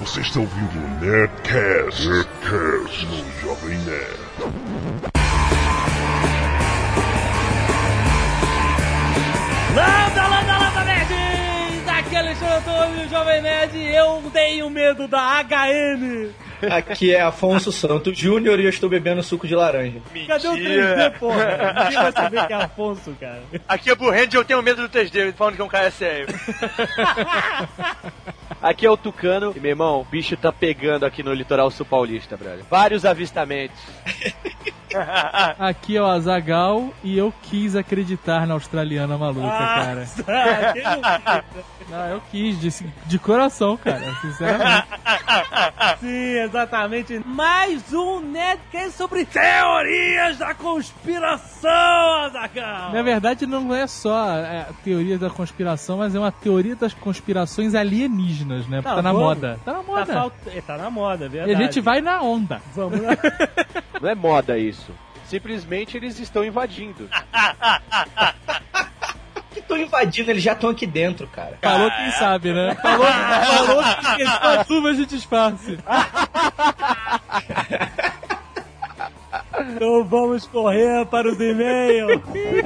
Você está ouvindo o Nerdcast, Nerdcast no Jovem Nerd. Landa, landa, landa, nerds! Aqui é Alexandre Antônio, Jovem Nerd, e eu tenho medo da HN. Aqui é Afonso Santos Júnior e eu estou bebendo suco de laranja. Cadê o 3D, porra? Ninguém vai saber que é Afonso, cara. Aqui é Burrand e eu tenho medo do 3D, falando que é um cara sério. Aqui é o Tucano e, meu irmão, o bicho tá pegando aqui no litoral sul paulista, brother. Vários avistamentos. Aqui é o Azagal e eu quis acreditar na australiana maluca, Ah, cara. Não, eu quis, de, de coração, cara, sinceramente. Sim, exatamente. Mais um Nerdcast sobre teorias da conspiração, Azagal! Na verdade, não é só é, teoria da conspiração, mas é uma teoria das conspirações alienígenas, né? Porque Tá tá na bom. moda. Tá na moda. Tá, falt... é, tá na moda, é E verdade. a gente vai na onda. Vamos lá. Não é moda isso. Simplesmente eles estão invadindo. Que estão invadindo, eles já estão aqui dentro, cara. Falou quem sabe, né? Falou, falou que questão assume a gente disfarce. Então vamos correr para os e-mails.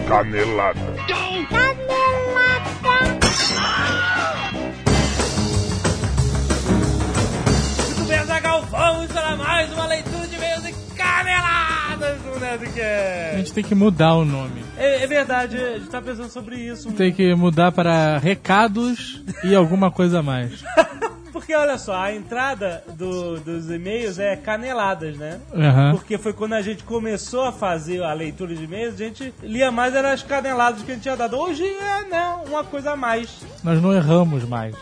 Canelada. Muito bem, Azagal, vamos para mais uma leitura de e-mails e caneladas do A Nerdcast. gente tem que mudar o nome. É, é verdade, a gente tá pensando sobre isso. Tem que mudar para recados e alguma coisa a mais. Porque olha só, a entrada do- dos e-mails é caneladas, né? Aham. Porque foi quando a gente começou a fazer a leitura de e-mails, a gente lia mais era as caneladas que a gente tinha dado. Hoje é, né, uma coisa a mais. Nós não erramos mais.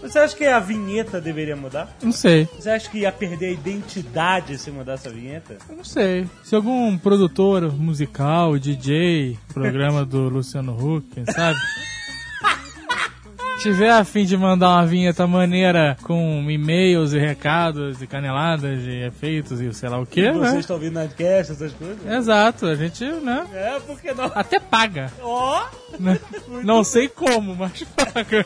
Você acha que a vinheta deveria mudar? Não sei. Você acha que ia perder a identidade se mudasse a vinheta? Eu Não sei. Se algum produtor musical, DJ, programa do Luciano Huck, quem sabe? Tiver a fim de mandar uma vinheta maneira com e-mails e recados e caneladas e efeitos e sei lá o que, Vocês né? estão ouvindo Nerdcast, essas coisas? Exato, a gente, né? É, porque não. Até paga. Ó! né? Não sei como, mas paga.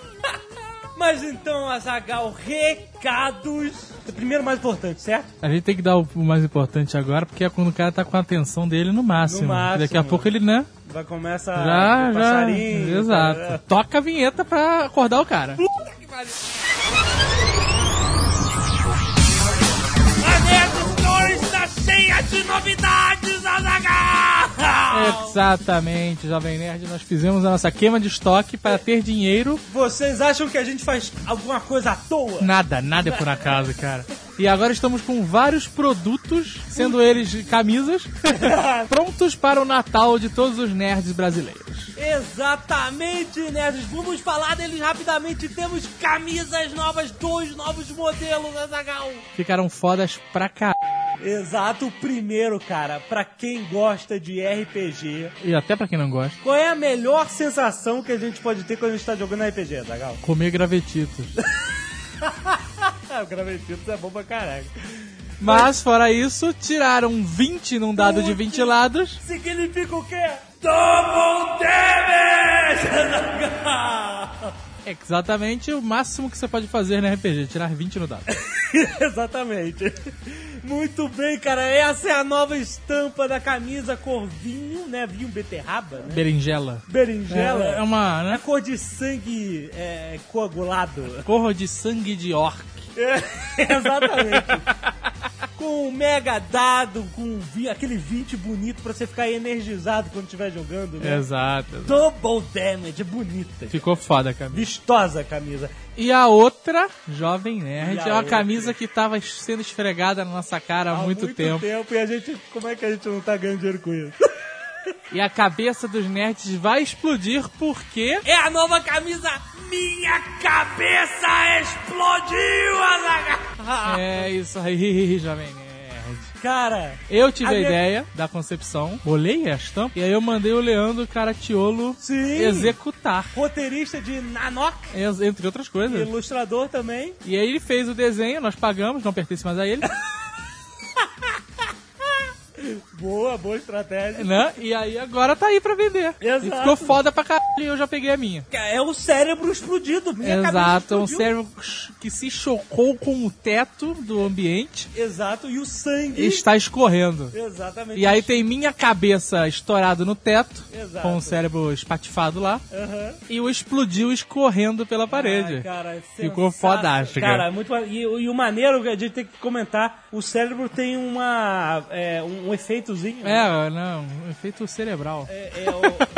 Mas então, Azagal, recados. Primeiro mais importante, certo? A gente tem que dar o o mais importante agora, porque é quando o cara tá com a atenção dele no máximo. máximo. Daqui a pouco ele, né? Vai começar Já, o já. passarinho. Exato. tá, né? Toca a vinheta pra acordar o cara. tá Exatamente, Jovem Nerd. Nós fizemos a nossa queima de estoque para ter dinheiro. Vocês acham que a gente faz alguma coisa à toa? Nada, nada é por acaso, cara. E agora estamos com vários produtos, sendo eles camisas, prontos para o Natal de todos os nerds brasileiros. Exatamente, nerds. Vamos falar deles rapidamente. Temos camisas novas, dois novos modelos, Azagal. Ficaram fodas pra cá. Exato, o primeiro, cara, pra quem gosta de RPG, E até pra quem não gosta, qual é a melhor sensação que a gente pode ter quando a gente tá jogando RPG, Zagal? comer gravetitos. Ah, o Gravetitos é bom pra caralho. Mas fora isso, tiraram 20 num dado de 20 lados. Significa o quê? Double damage, Azagal! Exatamente o máximo que você pode fazer no RPG, tirar 20 no dado. Exatamente. Muito bem, cara. Essa é a nova estampa da camisa cor vinho, né? Vinho beterraba, né? Berinjela. Berinjela. É, é uma, É né? cor de sangue é, coagulado. Corro de sangue de orc. É, exatamente. com um mega dado, com um vi- aquele 20 bonito pra você ficar energizado quando estiver jogando, né? Exato. Double damage, bonita. Ficou foda a camisa. Vistosa a camisa. E a outra, Jovem Nerd, E a é uma outra? camisa que tava sendo esfregada na nossa cara há, muito, tempo. E a gente, como é que a gente não tá ganhando dinheiro com isso? E a cabeça dos nerds vai explodir porque. É a nova camisa Minha Cabeça Explodiu, Azaghal! É isso aí, Jovem Nerd. Cara, Eu tive A a, minha- ideia da concepção, bolei a estampa, e aí eu mandei o Leandro Caratiolo Sim. executar. roteirista de Nanok, ex- Entre outras coisas. ilustrador também. E aí ele fez o desenho, nós pagamos, não pertence mais a ele. Boa, boa estratégia. Né? E aí agora tá aí pra vender. Exato. E ficou foda pra caralho e eu já peguei a minha. É o cérebro explodido. Minha Exato, é cabeça um explodiu. cérebro que se chocou com o teto do ambiente Exato, e o sangue. e está escorrendo. Exatamente. E aí tem minha cabeça estourada no teto, Exato. com o cérebro espatifado lá, Aham. e o explodiu escorrendo pela parede. Ah, cara, é Ficou sensacional. fodástico. Cara, é muito ma- e, e o maneiro que a gente tem que comentar, o cérebro tem uma é, um, um efeitozinho. né? É, não, um efeito cerebral. É, é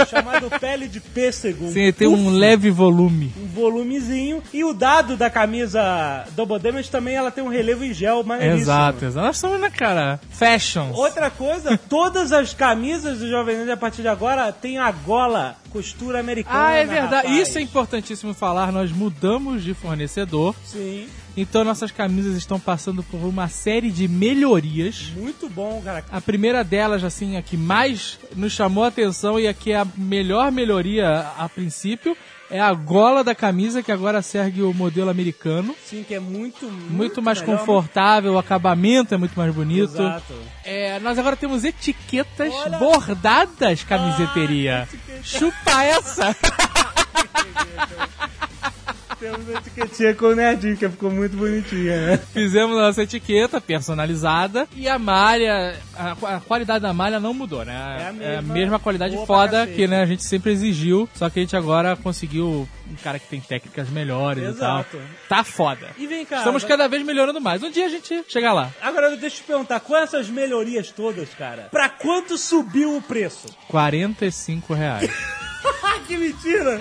o, chamado pele de pêssego. Sim, tem um leve volume. um volumezinho e o dado da camisa Double Damage também ela tem um relevo em gel maneiríssimo. Exato, exato. Nós estamos na cara. Fashions. Outra coisa, todas as camisas do Jovem Nerd a partir de agora tem a gola costura americana. Ah, é verdade. rapaz. Isso é importantíssimo falar. Nós mudamos de fornecedor, Sim, então nossas camisas estão passando por uma série de melhorias. muito bom, cara. A primeira delas, assim, a que mais nos chamou a atenção e a que é a melhor melhoria a princípio é a gola da camisa, que agora segue o modelo americano. Sim, que é muito Muito, mais melhor, né? confortável, o acabamento é muito mais bonito. Exato. É, nós agora temos etiquetas Olha- Ah, bordadas camiseteria. Chupa essa! Temos a etiquetinha com o Nerdinho, que ficou muito bonitinha, né? Fizemos a nossa etiqueta personalizada e a malha, a, a qualidade da malha não mudou, né? É a a mesma, mesma qualidade boa pra foda cacete. que né, a gente sempre exigiu, só que a gente agora conseguiu um cara que tem técnicas melhores Exato. e tal. Tá foda. E vem cá. Estamos agora- cada vez melhorando mais. Um dia a gente chega lá. Agora deixa eu te perguntar, com essas melhorias todas, cara, pra quanto subiu o preço? 45 reais. Ah, que mentira!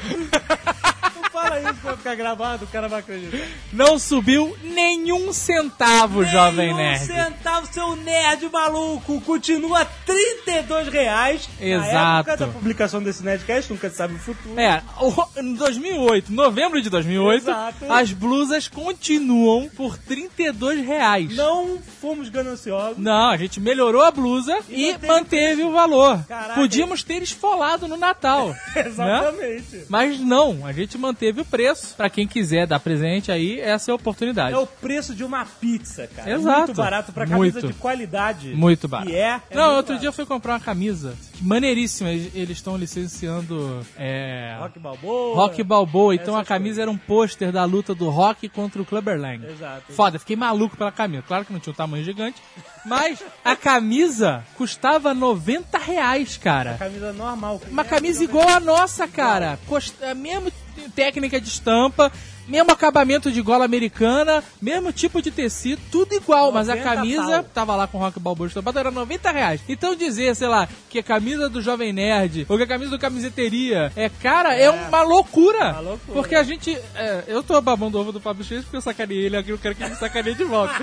Não fala isso pra ficar gravado, o cara vai acreditar. Não subiu nenhum centavo, jovem nerd. Um centavo, seu nerd maluco! Continua 32 reais. Na Exato. época da publicação desse Nerdcast, nunca se sabe o futuro. É, o- em 2008, novembro de 2008, Exato. as blusas continuam por 32 reais. Não fomos gananciosos. Não, a gente melhorou a blusa E e, manteve manteve, o valor. Caraca. Podíamos ter esfolado no Natal. né? Exatamente. Mas não, a gente manteve o preço. Pra quem quiser dar presente aí, essa é a oportunidade. É o preço de uma pizza, cara. Exato. Muito barato pra camisa Muito. de qualidade. Muito barato. E é. é não, muito outro barato. dia eu fui comprar uma camisa maneiríssima. Eles eles estão licenciando é, Rock Balboa. Rock Balboa. Então a Essas camisa era um pôster da luta do Rock contra o Clubber Lang. Exato. Foda, fiquei maluco pela camisa. Claro que não tinha um tamanho gigante. Mas a camisa custava 90 reais, cara. Camisa normal. Uma camisa igual a nossa, cara. Cost... a Mesmo técnica de estampa, mesmo acabamento de gola americana, mesmo tipo de tecido, tudo igual. Mas a 90 camisa pau. tava lá com o Rock Balboa estampada, era 90 reais. Então dizer, sei lá, que a camisa do Jovem Nerd ou que a camisa do Camiseteria é cara, é, uma loucura. Uma loucura. Porque a gente... é, eu tô babando o ovo do Pablo X porque eu sacaneei ele, aqui eu quero que ele me sacaneie de volta.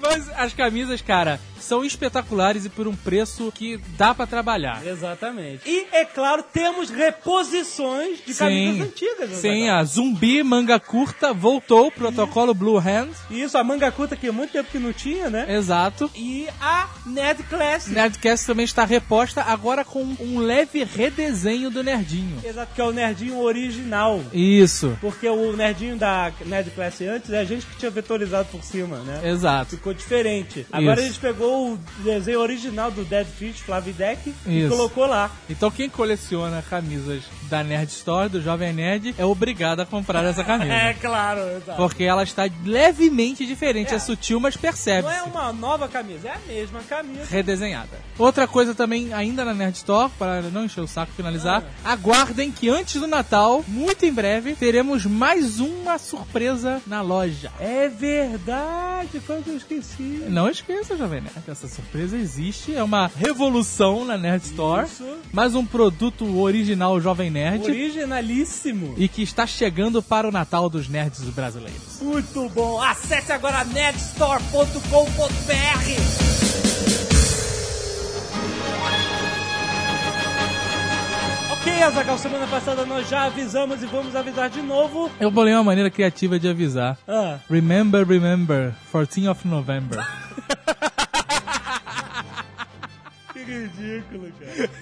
Mas as camisas, cara, são espetaculares e por um preço que dá pra trabalhar. Exatamente. E, é claro, temos reposições de camisas antigas. né, Sim, Zagal? a Zumbi Manga Curta voltou, protocolo Blue Hand. E isso, a manga curta que há muito tempo que não tinha, né? Exato. E a Nerd Classic. Nerdcast também está reposta agora com um leve redesenho do Nerdinho. Exato, que é o Nerdinho original. Isso, Porque o Nerdinho da Nerd Classic antes é a gente que tinha vetorizado por cima, né? exato. Ficou diferente. Agora Isso. a gente pegou o desenho original do Dead Fish, Flavidec, e Isso. colocou lá. Então quem coleciona camisas da Nerd Store, do Jovem Nerd, é obrigado a comprar essa camisa. É claro, exato. Porque ela está levemente diferente, é, sutil, mas Não é percebe-se. uma nova camisa, é a mesma camisa. redesenhada. Outra coisa também, ainda na Nerd Store, para não encher o saco e finalizar, aguardem que antes do Natal, muito em breve, teremos mais uma surpresa na loja. É verdade, foi o que eu esqueci. Não esqueça, Jovem Nerd, que essa surpresa existe, é uma revolução na Nerd Store, Isso. mais um produto original Jovem Nerd Originalíssimo. e que está chegando para o Natal dos nerds brasileiros. Muito bom. Acesse agora nerdstore.com.br. Ok, Azagal, semana passada nós já avisamos e vamos avisar de novo. Eu bolei uma maneira criativa de avisar. Ah, Remember, remember, 14 of November. que ridículo, cara.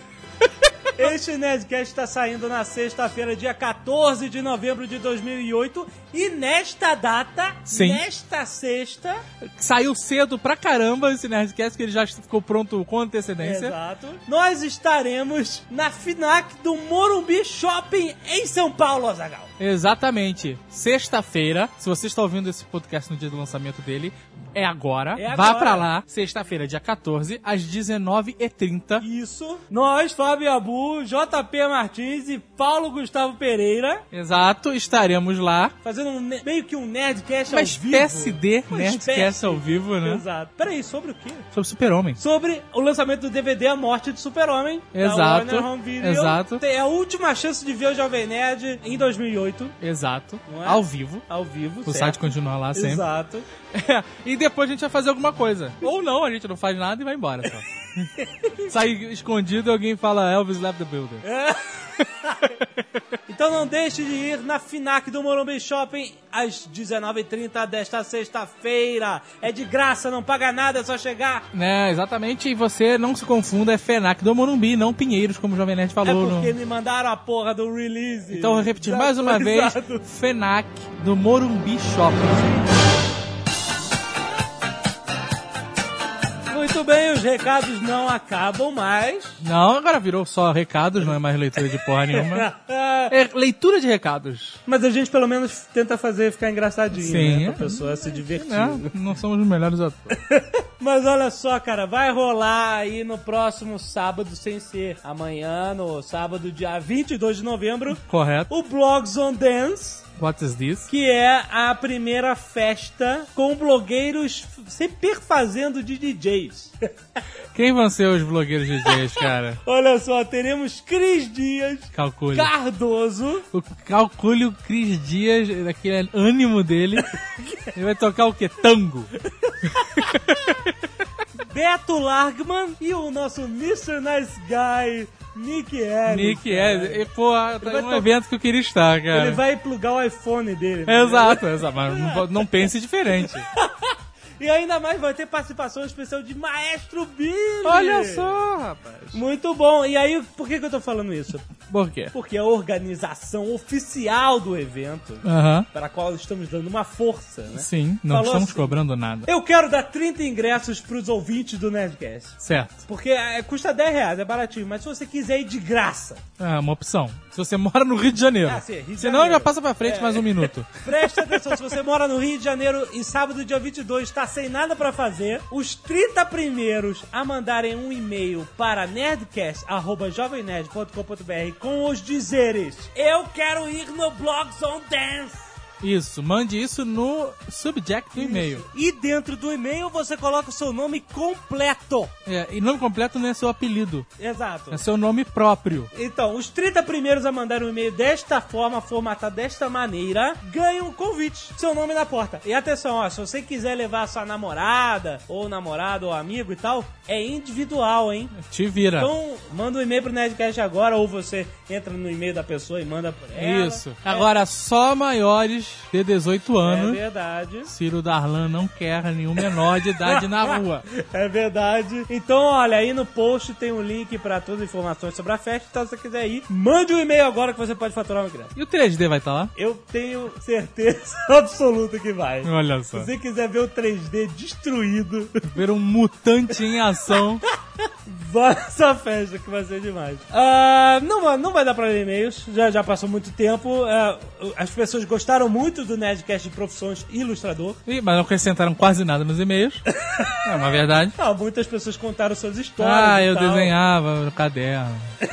Este Nerdcast está saindo na sexta-feira, dia 14 de novembro de 2008. E nesta data, Sim. nesta sexta, Saiu cedo pra caramba esse Nerdcast, que ele já ficou pronto com antecedência. exato, nós estaremos na FINAC do Morumbi Shopping em São Paulo, Azagal. Exatamente. Sexta-feira, se você está ouvindo esse podcast no dia do lançamento dele, é agora. É Vá agora. pra lá, sexta-feira, dia 14, às 19h30. Isso, nós, Fábio Abu, JP Martins e Paulo Gustavo Pereira, Exato, estaremos lá. fazendo um ne- meio que um Nerdcast Uma ao vivo. espécie de Uma Nerdcast espécie. ao vivo, né? Exato. Peraí, sobre o quê? Sobre super-homem. sobre o lançamento do DVD A Morte de Super-Homem. da Exato, Warner Home Video. exato. É a última chance de ver o Jovem Nerd em 2008, Exato. Não é? Ao vivo. ao vivo. O site continua lá sempre. Exato. e depois a gente vai fazer alguma coisa. Ou não, a gente não faz nada e vai embora só. Sai escondido e alguém fala Elvis Lab the Builder. É. Então não deixe de ir na FINAC do Morumbi Shopping às 19h30 desta sexta-feira. É de graça, não paga nada, é só chegar. Né, exatamente. E você não se confunda, é FENAC do Morumbi, não Pinheiros, como o Jovem Nerd É falou. porque no- me mandaram a porra do release. Então, vou repetir mais uma vez: Exato. FENAC do Morumbi Shopping. Muito bem, os recados não acabam mais. Não, agora virou só recados, não é mais leitura de porra nenhuma. É leitura de recados. Ah, Mas a gente pelo menos tenta fazer ficar engraçadinho, Sim, né? é. Pra pessoa se divertir. Né? Não somos os melhores atores. Mas olha só, cara, vai rolar aí no próximo sábado, sem ser amanhã, no sábado, dia 22 de novembro, Correto. o Blogs on Dance, What is this? que é a primeira festa com blogueiros f- se perfazendo de DJs. Quem vão ser os blogueiros DJs, cara? olha só, teremos Cris Dias, Calcule. Cardoso, O calcule o Cris Dias, aquele ânimo dele. Ele vai tocar o quê? Tango. Beto Largman e o nosso Mr. Nice Guy, Nick Harris. Nick cara. é. E, pô, é vai um tocar- evento que eu queria estar, cara. Ele vai plugar o iPhone dele. né? Exato, exato. Mas não, po- não pense diferente. E ainda mais vai ter participação especial de Maestro Billy. Olha só, rapaz. Muito bom. E aí, por que, que eu tô falando isso? Por quê? Porque é a organização oficial do evento, Aham. para a qual estamos dando uma força, né? Sim, não Falou estamos assim. cobrando nada. Eu quero dar 30 ingressos pros ouvintes do Nerdcast. Certo. Porque é, custa 10 reais, é baratinho. Mas se você quiser ir de graça, É uma opção. Se você mora no Rio de Janeiro. Ah, sim, Rio de Senão Janeiro. É. já passa pra frente mais um minuto. Presta atenção, se você mora no Rio de Janeiro e sábado, dia 22, está sem nada pra fazer, os 30 primeiros a mandarem um e-mail para nerdcast.jovemnerd.com.br com os dizeres Eu quero ir no Blogs on Dance. Isso, mande isso no subject do e-mail. E dentro do e-mail você coloca o seu nome completo. É, e nome completo não é seu apelido, Exato. é seu nome próprio. Então, os 30 primeiros a mandar um e-mail desta forma, formatado desta maneira, ganham um convite. Seu nome na porta. E atenção, ó, se você quiser levar sua namorada, ou namorado, ou amigo e tal, é individual, hein? Te vira. Então, manda um e-mail pro Nerdcast agora, ou você entra no e-mail da pessoa e manda por ela. Isso. é Uhum. Agora, só maiores de 18 É, é anos. verdade. Ciro Darlan não quer nenhum menor de idade na rua. É verdade. Então, olha, aí no post tem um link pra todas as informações sobre a festa. Então, se você quiser ir, mande um e-mail agora que você pode faturar uma grana. E o 3D vai estar lá? Eu tenho certeza absoluta que vai. Olha Se só. você quiser ver o 3D destruído, Ver um mutante em ação. vai nessa festa que vai ser demais. Ah, não, vai- não vai dar pra ler e-mails, já, já passou muito tempo. Ah, as pessoas gostaram muito do Nerdcast de Profissões Ilustrador. Ih, mas não acrescentaram quase nada nos e-mails. É uma verdade. Ah, muitas pessoas contaram suas histórias. Ah, e eu tal. desenhava no caderno.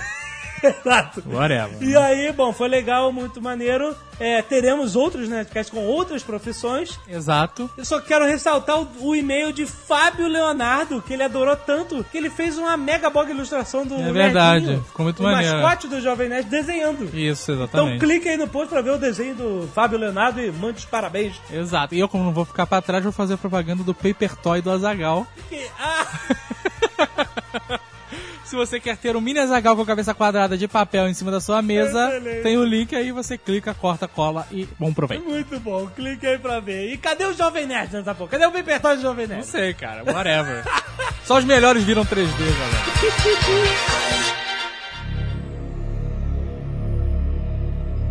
Exato. Whatever. E aí, bom, foi legal, muito maneiro. É, teremos outros Nerdcasts com outras profissões. Exato. Eu só quero ressaltar o, o e-mail de Fábio Leonardo, que ele adorou tanto, que ele fez uma mega boa ilustração do É verdade, Nerdinho, ficou muito o maneiro. mascote do Jovem Nerd desenhando. Isso, Então exatamente. clique aí no post pra ver o desenho do Fábio Leonardo e mande os parabéns. Exato. E eu, como não vou ficar pra trás, vou fazer a propaganda do Paper Toy do Azagal. Que- ah, Se você quer ter um mini Azagal com a cabeça quadrada de papel em cima da sua mesa, Excelente. tem o link aí, você clica, corta, cola e bom proveito. É muito bom, clique aí pra ver. E cadê o Jovem Nerd nessa porra? Cadê o repertório do Jovem Não Nerd? sei, cara, whatever. Só os melhores viram 3D, galera.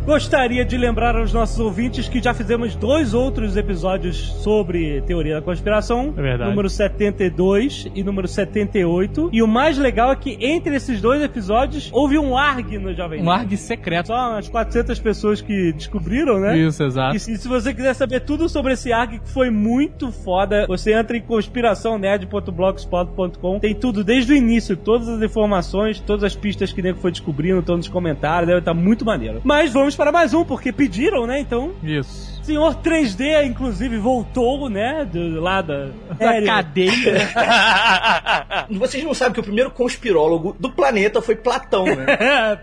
Gostaria de lembrar aos nossos ouvintes que já fizemos dois outros episódios sobre teoria da conspiração. É verdade. Número 72 e número 78. E o mais legal é que entre esses dois episódios houve um ARG no Jovem Um Nerd. ARG secreto. Só umas 400 pessoas que descobriram, né? Isso, exato. E, se- e se você quiser saber tudo sobre esse ARG, que foi muito foda, você entra em conspiraçãonerd.blogspot.com. Tem tudo desde o início, todas as informações, todas as pistas que o nego foi descobrindo, estão nos comentários, deve estar muito maneiro. Mas vamos para mais um, porque pediram, né? Então. Isso. Senhor 3D, inclusive, voltou, né? Do, lá da, da cadeia. Vocês não sabem que o primeiro conspirólogo do planeta foi Platão, né?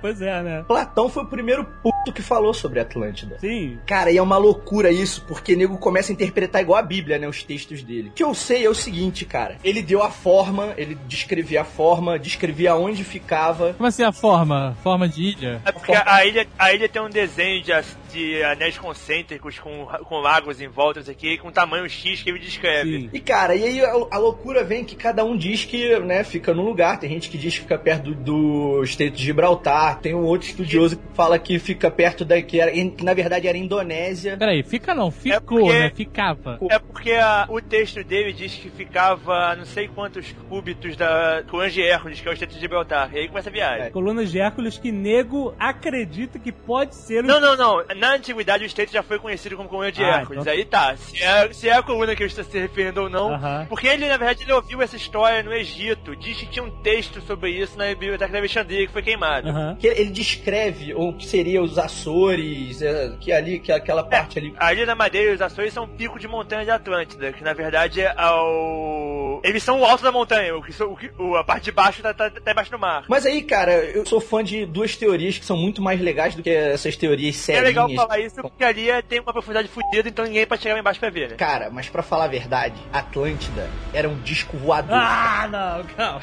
pois é, né? Platão foi o primeiro puto que falou sobre a Atlântida. Sim. Cara, e é uma loucura isso, porque nego começa a interpretar igual a Bíblia, né? Os textos dele. O que eu sei é o seguinte, cara. Ele deu a forma, ele descrevia a forma, descrevia onde ficava. Como assim a forma? Forma de ilha? É porque a ilha, a ilha tem um desenho de, as- de anéis concêntricos com, com lagos em volta, isso aqui, com tamanho X que ele descreve. Sim. E, cara, e aí a, a loucura vem que cada um diz que, né, fica num lugar. Tem gente que diz que fica perto do, do Estreito de Gibraltar. Tem um outro estudioso que fala que fica perto da... Que, era, que na verdade era Indonésia. Peraí, fica não, É ficou, porque- né? Ficava. É porque a- o texto dele diz que ficava a não sei quantos cúbitos da Coan de Hércules, que é o Estreito de Gibraltar. E aí começa a viagem. É. Colunas de Hércules que nego acredita que pode ser um Não, não, não. Na antiguidade o Estreito já foi conhecido como Coan de Ah, Hércules. Aí tá. Se é, se é a coluna que ele está se referindo ou não. Aham. Porque ele, na verdade, ele ouviu essa história no Egito. Diz que tinha um texto sobre isso na Biblioteca de Alexandria, que foi queimado. Aham. Que ele descreve o que seria os Açores, é, que ali, que aquela parte ali. A Ilha da Madeira e os Açores são um pico de montanha de Atlântida, que na verdade é ao... Eles são o alto da montanha, o que, são- o que- o- a parte de baixo tá, tá, tá embaixo do mar. Mas aí, cara, eu sou fã de duas teorias que são muito mais legais do que essas teorias É sérias. legal falar isso porque ali é- tem uma profundidade fodida, então ninguém pode chegar lá embaixo pra ver, né? Cara, mas pra falar a verdade, Atlântida era um disco voador. Ah, não, calma.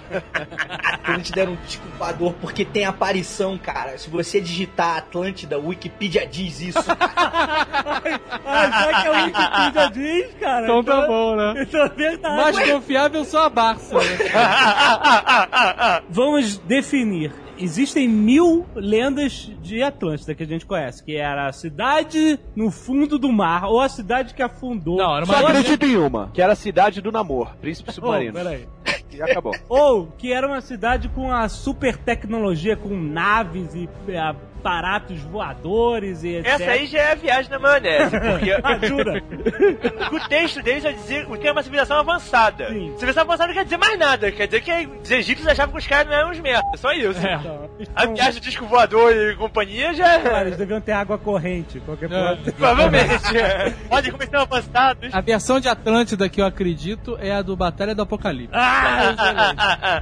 Atlântida era um disco voador porque tem aparição, cara. Se você digitar Atlântida, o Wikipedia diz isso. Ah, já que a Wikipedia diz, cara. Então tá bom, né? Então é verdade. Mais confiável só a Barça. né? Vamos definir. Existem mil lendas de Atlântida que a gente conhece, que era a cidade no fundo do mar, ou a cidade que afundou. Não, era uma Só Só- acredito em uma, que era a cidade do namor, príncipe Oh, submarino. peraí. e acabou. Ou que era uma cidade com a super tecnologia, com naves e eh, aparatos voadores e etc. Essa aí já é a viagem na maionese, Ah, porque jura? o texto deles já dizia o que é uma civilização avançada. Sim. Civilização avançada não quer dizer mais nada, quer dizer que os egípcios achavam que os caras não eram uns merda, só isso. É. Então, A viagem do disco voador e companhia já... Cara, eles deviam ter água corrente, qualquer É. coisa. Provavelmente. Pode começar avançados. A versão de Atlântida que eu acredito é a do Batalha do Apocalipse.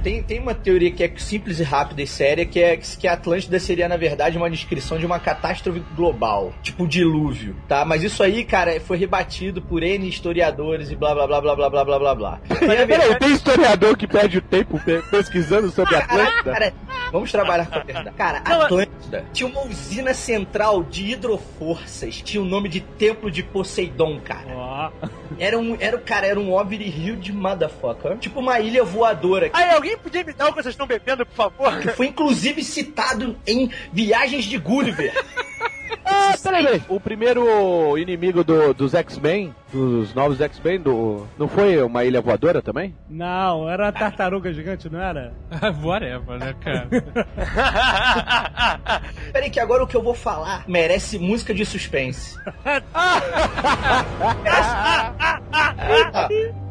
tem, tem uma teoria que é simples e rápida e séria, que é que a Atlântida seria, na verdade, uma descrição de uma catástrofe global, tipo dilúvio, tá? Mas isso aí, cara, foi rebatido por N historiadores e blá blá blá blá blá blá blá blá blá. Tem a Peraí, tem historiador que perde o tempo pe- pesquisando sobre a Atlântida? Cara, vamos trabalhar com a verdade. Cara, Não, Atlântida tinha uma usina central de hidroforças, tinha o nome de Templo de Poseidon, cara. Ó. Era um, era, cara, era um ovni rio de motherfucker. Tipo uma ilha voadora. Aí, alguém podia me dar o que vocês estão bebendo, por favor? Que foi inclusive citado em Viagens de Gulliver. Ah, peraí, peraí. O primeiro inimigo do- dos X-Men, dos novos X-Men, do, não foi uma ilha voadora também? Não, era uma tartaruga gigante, não era? Whatever, né, cara? Peraí, que agora o que eu vou falar merece música de suspense. Ah,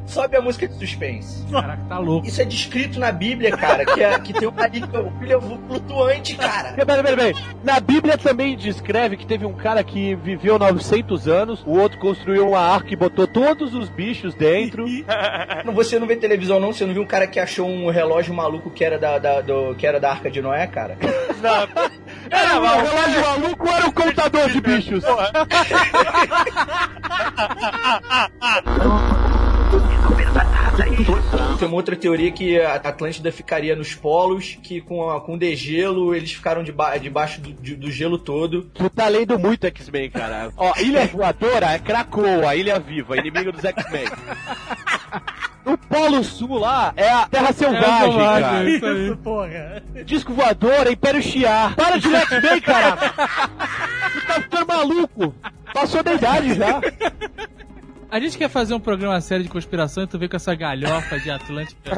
Sobe a música de suspense. Caraca, tá louco. Isso é descrito na Bíblia, cara, que, é, que tem uma ilha, uma ilha flutuante, cara. Peraí, peraí, peraí. Na Bíblia também descreve que teve um cara que viveu 900 anos, o outro construiu uma arca e botou todos os bichos dentro. É. Não, Você não vê televisão, não? Você não viu um cara que achou um relógio maluco que era da, da- do, que era da Arca de Noé, cara? Não, Era o um relógio maluco é. ou era o contador de bichos? Tem uma outra teoria que a Atlântida ficaria nos polos, que com, a, com o degelo eles ficaram deba- debaixo do, de- do gelo todo. Tu tá lendo muito X-Men, cara. Ó, Ilha Voadora é Krakoa, Ilha Viva, inimigo dos X-Men. No Polo Sul lá é a Terra Selvagem, selvagem. cara. isso aí. Isso, porra. Disco voador é Império Chiar. Para de ler X-Men, cara. Tu tá maluco? Passou da idade já. A gente quer fazer um programa sério de conspiração e tu vem com essa galhofa de Atlântica.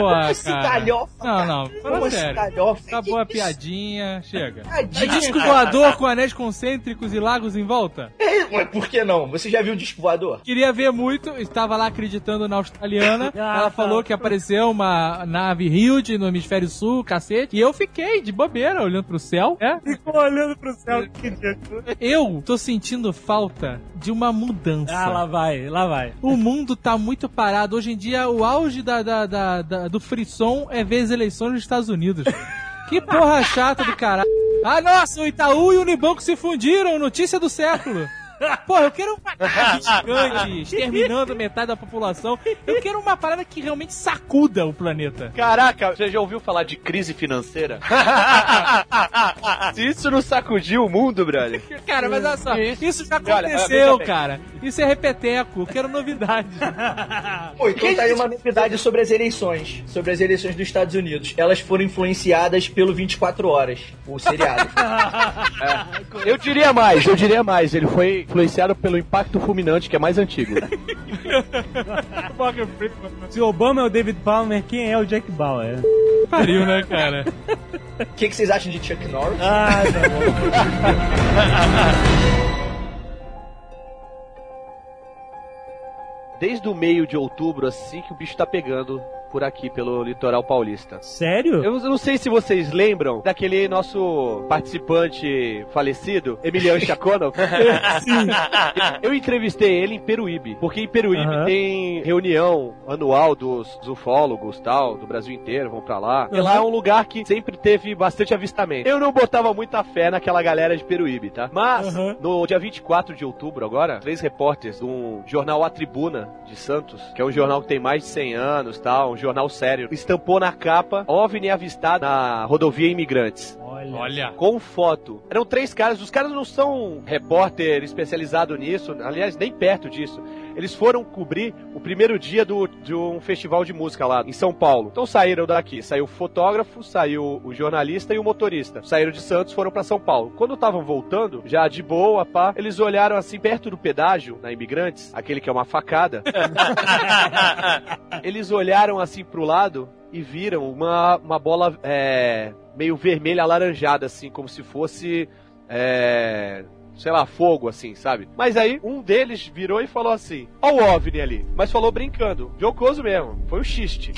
Porra, Esse cara. galhofa, Não, cara. não, Como fala esse sério. galhofa? Acabou a Que é isso? piadinha, chega. É Piadinha, disco voador com anéis concêntricos e lagos em volta? É, mas por que não? Você já viu o disco voador? Queria ver muito, estava lá acreditando na australiana. Ah, tá. ela falou que apareceu uma nave Hilde no hemisfério sul, cacete. E eu fiquei de bobeira olhando pro céu. né? Ficou olhando pro céu. Que dia. Eu tô sentindo falta de uma mudança. Ah, lá vai, lá vai. O mundo tá muito parado. Hoje em dia, o auge da, da- da- da- do frisson é ver as eleições nos Estados Unidos. Que porra chata do caralho. Ah, nossa, o Itaú e o Unibanco se fundiram. Notícia do século. Porra, eu quero uma guerra gigante exterminando metade da população. Eu quero uma parada que realmente sacuda o planeta. Caraca, você já ouviu falar de crise financeira? Se isso não sacudiu o mundo, brother. Cara, mas olha só, Isso. isso já Olha, aconteceu, veja bem. cara. Isso é repeteco. Eu quero novidades. Pô, então tá aí uma novidade sobre as eleições. Sobre as eleições dos Estados Unidos. Elas foram influenciadas pelo 24 Horas, o seriado. Eu diria mais, eu diria mais. Ele foi influenciado pelo Impacto Fulminante, que é mais antigo. Se Obama é o David Palmer, quem é o Jack Bauer? Pariu, né, cara? O que, que vocês acham de Chuck Norris? Ah, tá bom. Desde o meio de outubro, assim que o bicho tá pegando por aqui, pelo litoral paulista. Sério? Eu não sei se vocês lembram daquele nosso participante falecido, Emiliano Chaconov. Eu entrevistei ele em Peruíbe, porque em Peruíbe Aham. tem reunião anual dos ufólogos tal, do Brasil inteiro, vão pra lá. E lá é um lugar que sempre teve bastante avistamento. Eu não botava muita fé naquela galera de Peruíbe, tá? Mas Aham. no dia 24 de outubro agora, três repórteres de um jornal A Tribuna de Santos, que é um jornal que tem mais de 100 anos, tal, um jornal sério, estampou na capa OVNI avistado na rodovia Imigrantes Olha. Olha. com foto. Eram três caras, os caras não são repórter especializado nisso, aliás, nem perto disso. Eles foram cobrir o primeiro dia do, de um festival de música lá em São Paulo. Então saíram daqui, saiu o fotógrafo, saiu o jornalista e o motorista. Saíram de Santos, foram pra São Paulo. Quando estavam voltando, já de boa, pá, eles olharam assim perto do pedágio, na Imigrantes, aquele que é uma facada. eles olharam assim pro lado e viram uma, uma bola é, meio vermelha alaranjada, assim, como se fosse. é, sei lá, fogo, assim, sabe? Mas aí um deles virou e falou assim: Ó o OVNI ali. Mas falou brincando, jocoso mesmo. Foi um xiste.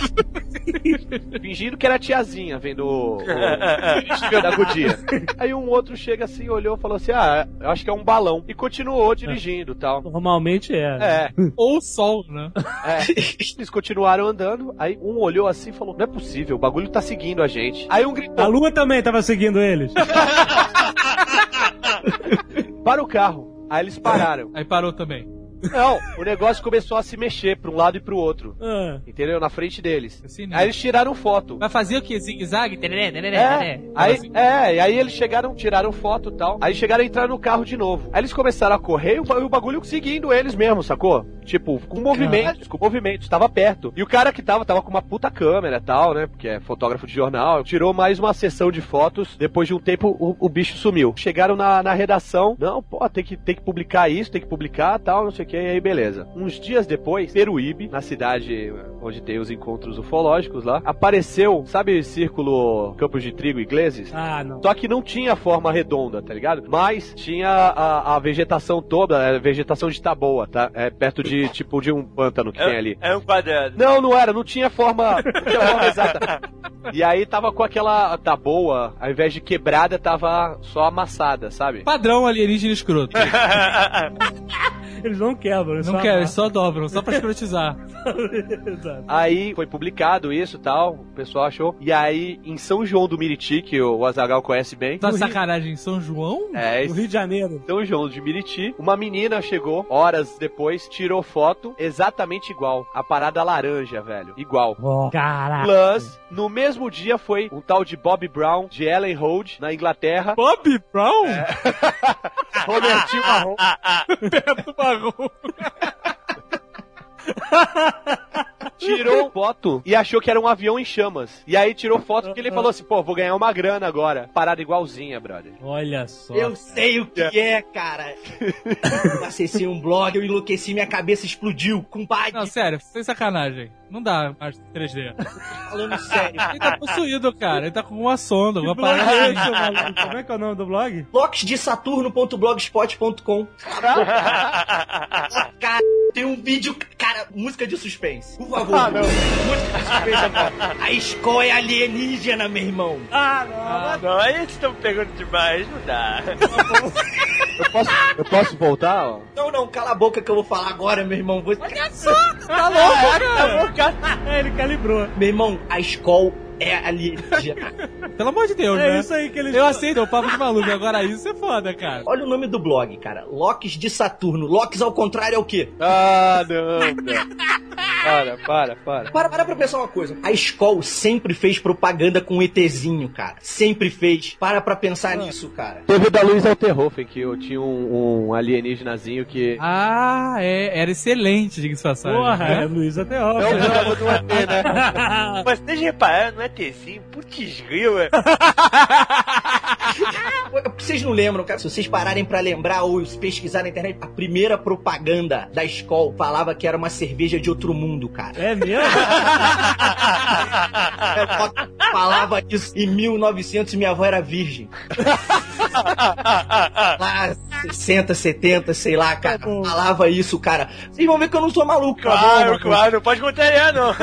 Fingindo que era a tiazinha vendo o. o da Godia. Aí um outro chega assim, olhou e falou assim: Ah, eu acho que é um balão. E continuou dirigindo e tal. Normalmente é. É. Ou o sol, né? É. Eles continuaram andando, aí um olhou assim e falou: Não é possível, o bagulho tá seguindo a gente. Aí um A gritou: lua também tava seguindo eles. Para o carro. Aí eles pararam. Aí parou também. Não, o negócio começou a se mexer pra um lado e pro outro. Ah. Entendeu? Na frente deles. Assim, né? Aí eles tiraram foto. Vai fazer o quê? Zigue-zague? É, aí, Aí... é, e aí eles chegaram, tiraram foto e tal. Aí chegaram a entrar no carro de novo. Aí eles começaram a correr e o, ba- e o bagulho seguindo eles mesmo, sacou? Tipo, com movimentos, com movimentos, tava perto. E o cara que tava, tava com uma puta câmera e tal, né? Porque é fotógrafo de jornal. Tirou mais uma sessão de fotos. Depois de um tempo, o, o bicho sumiu. Chegaram na, na redação. Não, pô, tem que, tem que publicar isso, tem que publicar tal, não sei o que. E aí, beleza. Uns dias depois, Peruíbe, na cidade onde tem os encontros ufológicos lá, apareceu, sabe, o círculo Campos de Trigo ingleses? Ah, não. Só que não tinha forma redonda, tá ligado? Mas tinha a, a vegetação toda, é, vegetação de taboa, tá? É perto de, tipo, de um pântano que tem ali. É um quadrado. Não, não era, não tinha forma, não tinha forma exata. E aí tava com aquela taboa, ao invés de quebrada, tava só amassada, sabe? Padrão alienígena escroto. Eles não quebram. eles Não É, só quero, eles amassam. só dobram, só pra escrotizar. Exato. Aí foi publicado isso e tal, o pessoal achou. E aí, em São João do Miriti, que o Azagal conhece bem. Tá de sacanagem, São João? É, No Rio de Janeiro. São João de Miriti, uma menina chegou horas depois, tirou foto exatamente igual. A parada laranja, velho. Igual. Caraca. Plus, no mesmo dia foi um tal de Bob Brown, de Ellen Hold, na Inglaterra. Bob Brown? Robertinho Marrom. Beto Marrom. tirou foto e achou que era um avião em chamas. E aí tirou foto porque ele falou assim, pô, vou ganhar uma grana agora. Parada igualzinha, brother. Olha só. Eu sei o que é, cara. Eu acessei um blog, eu enlouqueci, minha cabeça explodiu. um Compadre, Não, sério, sem sacanagem. Não dá mais 3D. falando sério. Ele tá possuído, cara. Ele tá com uma sonda, uma Blog parada. assim, é isso, maluco? Como é que é o nome do blog? Blogsdesaturno.blogspot.com Cara, tem um vídeo, cara, música de suspense. Por favor. Ah, Música de suspense agora. A escola é alienígena, meu irmão. Ah, não, não, aí eles estão pegando demais, não dá. Eu posso, eu posso voltar, ó? Não, não, cala a boca que eu vou falar agora, meu irmão. Você- Tá louco, cara. É, ele calibrou. Meu irmão, a escola é alienígena. Pelo amor de Deus, né? É isso aí que ele Eu aceito o papo de maluco. Agora isso é foda, cara. Olha o nome do blog, cara. Locks de Saturno. Locks ao contrário é o quê? Ah, não, não. Para, para, para. Para, para pra pensar uma coisa. A escola sempre fez propaganda com o ETzinho, cara. Sempre fez. Para pra pensar nisso, cara. Teve o da Luiz Alterhofen, que eu tinha um, um alienígenazinho que... Ah, é, era excelente, diga-se de passagem. Porra, né? é Luiz até óbvio. Não, não, não é ter, né? Vocês repararam, não é tecinho? Putz, é. grila. Vocês não lembram, cara. Se vocês pararem pra lembrar ou se pesquisar na internet, a primeira propaganda da escola falava que era uma cerveja de outro mundo, cara. É mesmo? Ah, falava isso em 1900 e minha avó era virgem. lá 60, 70, sei lá, É cara. bom. falava isso, cara. Vocês vão ver que eu não sou maluco, tá bom, Claro, maluco? claro, não pode contrariar, não.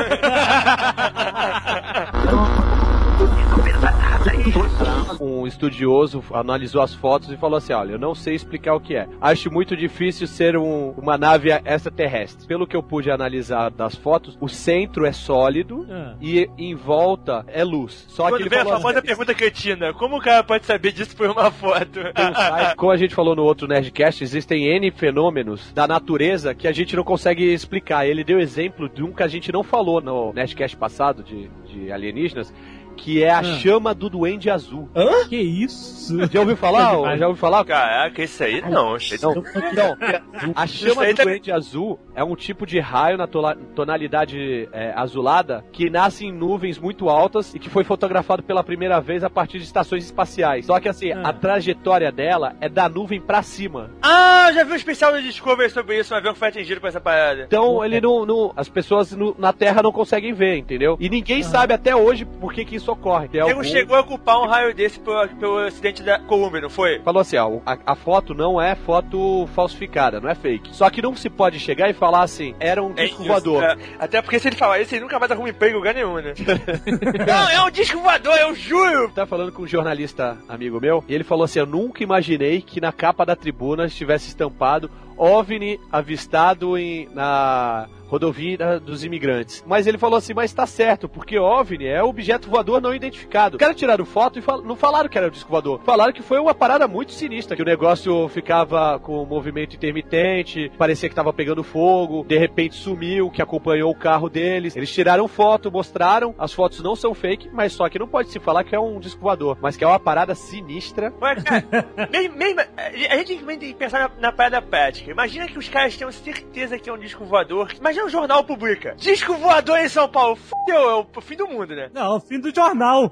Um estudioso analisou as fotos e falou assim: Olha, eu não sei explicar o que é. Acho muito difícil ser um- uma nave extraterrestre. Pelo que eu pude analisar das fotos, o centro é sólido Ah. e em volta é luz. Só que Quando ele vem a falou famosa assim, pergunta cretina, né? como o cara pode saber disso por uma foto? tem um site, como a gente falou no outro Nerdcast, existem N fenômenos da natureza que a gente não consegue explicar. Ele deu exemplo de um que a gente não falou no Nerdcast passado de, de alienígenas, que é a Ah. chama do duende azul. Que isso? Já ouviu falar? ô? Já ouviu falar? Caraca, isso aí não. Isso aí Não, não. A Isso chama aí do tá- doente azul é um tipo de raio na tola- tonalidade é, azulada que nasce em nuvens muito altas e que foi fotografado pela primeira vez a partir de estações espaciais. Só que assim, Ah. a trajetória dela é da nuvem pra cima. Ah, já vi um especial do Discovery sobre isso, um avião que foi atingido por essa parada. Então ele não, não- as pessoas no- na Terra não conseguem ver, entendeu? E ninguém sabe até hoje por que, que isso ocorre. Que é Diego algum- chegou a culpar um raio desse pelo, pelo acidente da Columbia, não foi? Falou assim, ó, a, a foto não é foto falsificada, não é fake. Só que não se pode chegar e falar assim, era um disco isso, voador. é. Até porque se ele falar isso, ele nunca mais arruma emprego em lugar nenhum, né? não, é um disco voador, eu juro! tá falando com um jornalista amigo meu, e ele falou assim: Eu nunca imaginei que na capa da tribuna estivesse estampado OVNI avistado em, na rodovia dos imigrantes. Mas ele falou assim: Mas tá certo, porque OVNI é objeto voador não identificado. Os caras tiraram foto e fal- não falaram que era o disco voador. Falaram que foi uma parada muito sinistra, que o negócio ficava com um movimento intermitente, parecia que tava pegando fogo, de repente sumiu, que acompanhou o carro deles. Eles tiraram foto, mostraram, as fotos não são fake, mas só que não pode se falar que é um disco voador, mas que é uma parada sinistra. Mas, cara, mesmo, mesmo- a gente também tem que pensar na, na parada prática. Imagina que os caras tenham certeza que é um disco voador. Imagina o jornal publica. Disco voador em São Paulo. Fudeu, é o fim do mundo, né? Não, é o fim do jornal.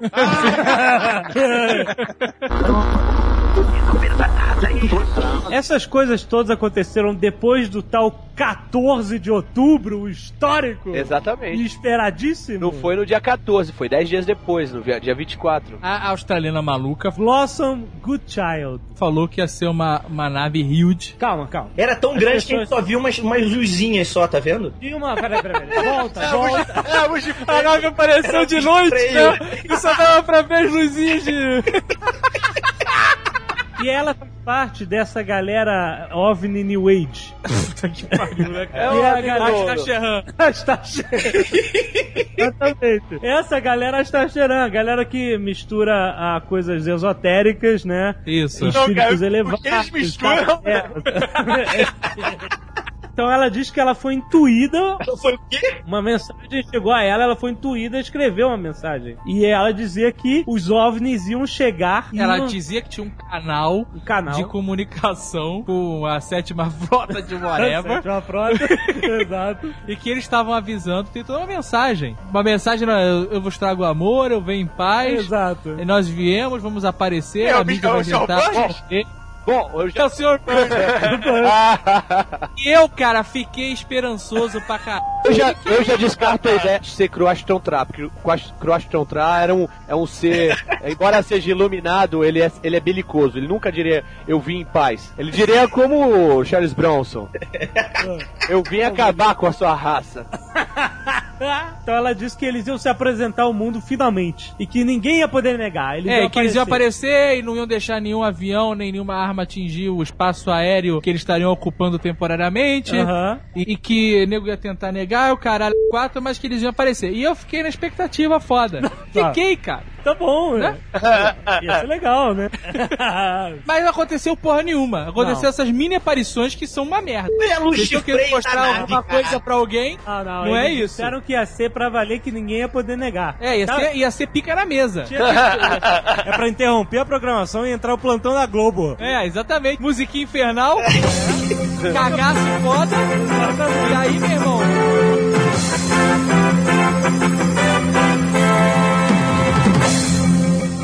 Essas coisas todas aconteceram depois do tal 14 de outubro, o histórico. Exatamente. Inesperadíssimo. Não foi no dia 14, foi 10 dias depois, no dia dia 24. A australiana maluca Blossom Goodchild. falou que ia ser uma, uma nave huge. Calma, calma. Era tão grande que a gente pessoas- só viu umas, umas luzinhas só, tá vendo? E uma. Peraí, peraí, peraí. Volta, volta. Éramos de A nave apareceu um de noite, né? E só dava pra ver as luzinhas de... E ela faz parte dessa galera OVNI New Age. Puta que pariu, né, cara? É e a OVNI um galera novo. está cheirando. Está Exatamente. Essa galera está cheirando. Galera que mistura a coisas esotéricas, né? Isso. Espíritos cara, elevados. né? porque eles misturam, tá? É. Então ela diz que ela foi intuída Ela foi o quê? Uma mensagem chegou a ela, ela foi intuída a escrever uma mensagem. E ela dizia que os OVNIs iam chegar e Ela iam- dizia que tinha um canal um canal. de comunicação com a sétima frota de Moreva Sétima frota. Exato. e que eles estavam avisando, tem toda uma mensagem. Uma mensagem, era, eu, eu vos trago amor, eu venho em paz, Exato. e nós viemos, vamos aparecer, É, a o mídia bicho- vai é o senhor tentar... Borges? E- Bom, eu já. É o senhor Borges. E eu, cara, fiquei esperançoso pra caralho. Eu já, eu já descarto a ideia de ser Croaston Tra, porque Croaston Tra era um, é um ser. Embora seja iluminado, ele é, ele é belicoso. Ele nunca diria eu vim em paz. Ele diria como o Charles Bronson. Eu vim acabar com a sua raça. Então ela disse que eles iam se apresentar ao mundo finalmente. E que ninguém ia poder negar. Eles É, iam que eles iam aparecer. aparecer e não iam deixar nenhum avião nem nenhuma arma atingir o espaço aéreo que eles estariam ocupando temporariamente. Aham. E, e que nego ia tentar negar, o caralho, quatro, mas que eles iam aparecer. E eu fiquei na expectativa foda. Tá. Fiquei, cara. Tá bom, né? Né? Ia ser legal, né? Mas não aconteceu porra nenhuma. Aconteceu Não. essas mini aparições que são uma merda. Pelo Eles estão querendo chifre tá mostrar alguma coisa pra alguém. Ah, não, Não é eles isso. Disseram que ia ser pra valer que ninguém ia poder negar. É, ia, Tá- ser, ia ser pica na mesa. Tinha que- É pra interromper a programação e entrar o plantão da Globo. É, exatamente. Musiquinha infernal, cagaço foda, e aí, meu irmão?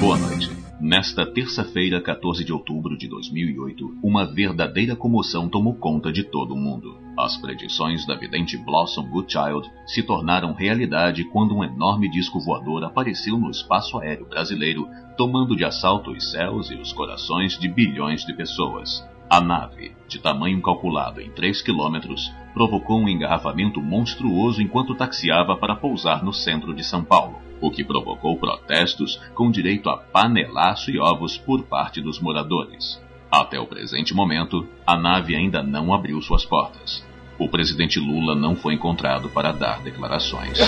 Boa noite. Nesta terça-feira, 14 de outubro de 2008, uma verdadeira comoção tomou conta de todo o mundo. As predições da vidente Blossom Goodchild se tornaram realidade quando um enorme disco voador apareceu no espaço aéreo brasileiro, tomando de assalto os céus e os corações de bilhões de pessoas. A nave, de tamanho calculado em 3 quilômetros, provocou um engarrafamento monstruoso enquanto taxiava para pousar no centro de São Paulo, o que provocou protestos com direito a panelaço e ovos por parte dos moradores. Até o presente momento, a nave ainda não abriu suas portas. O presidente Lula não foi encontrado para dar declarações.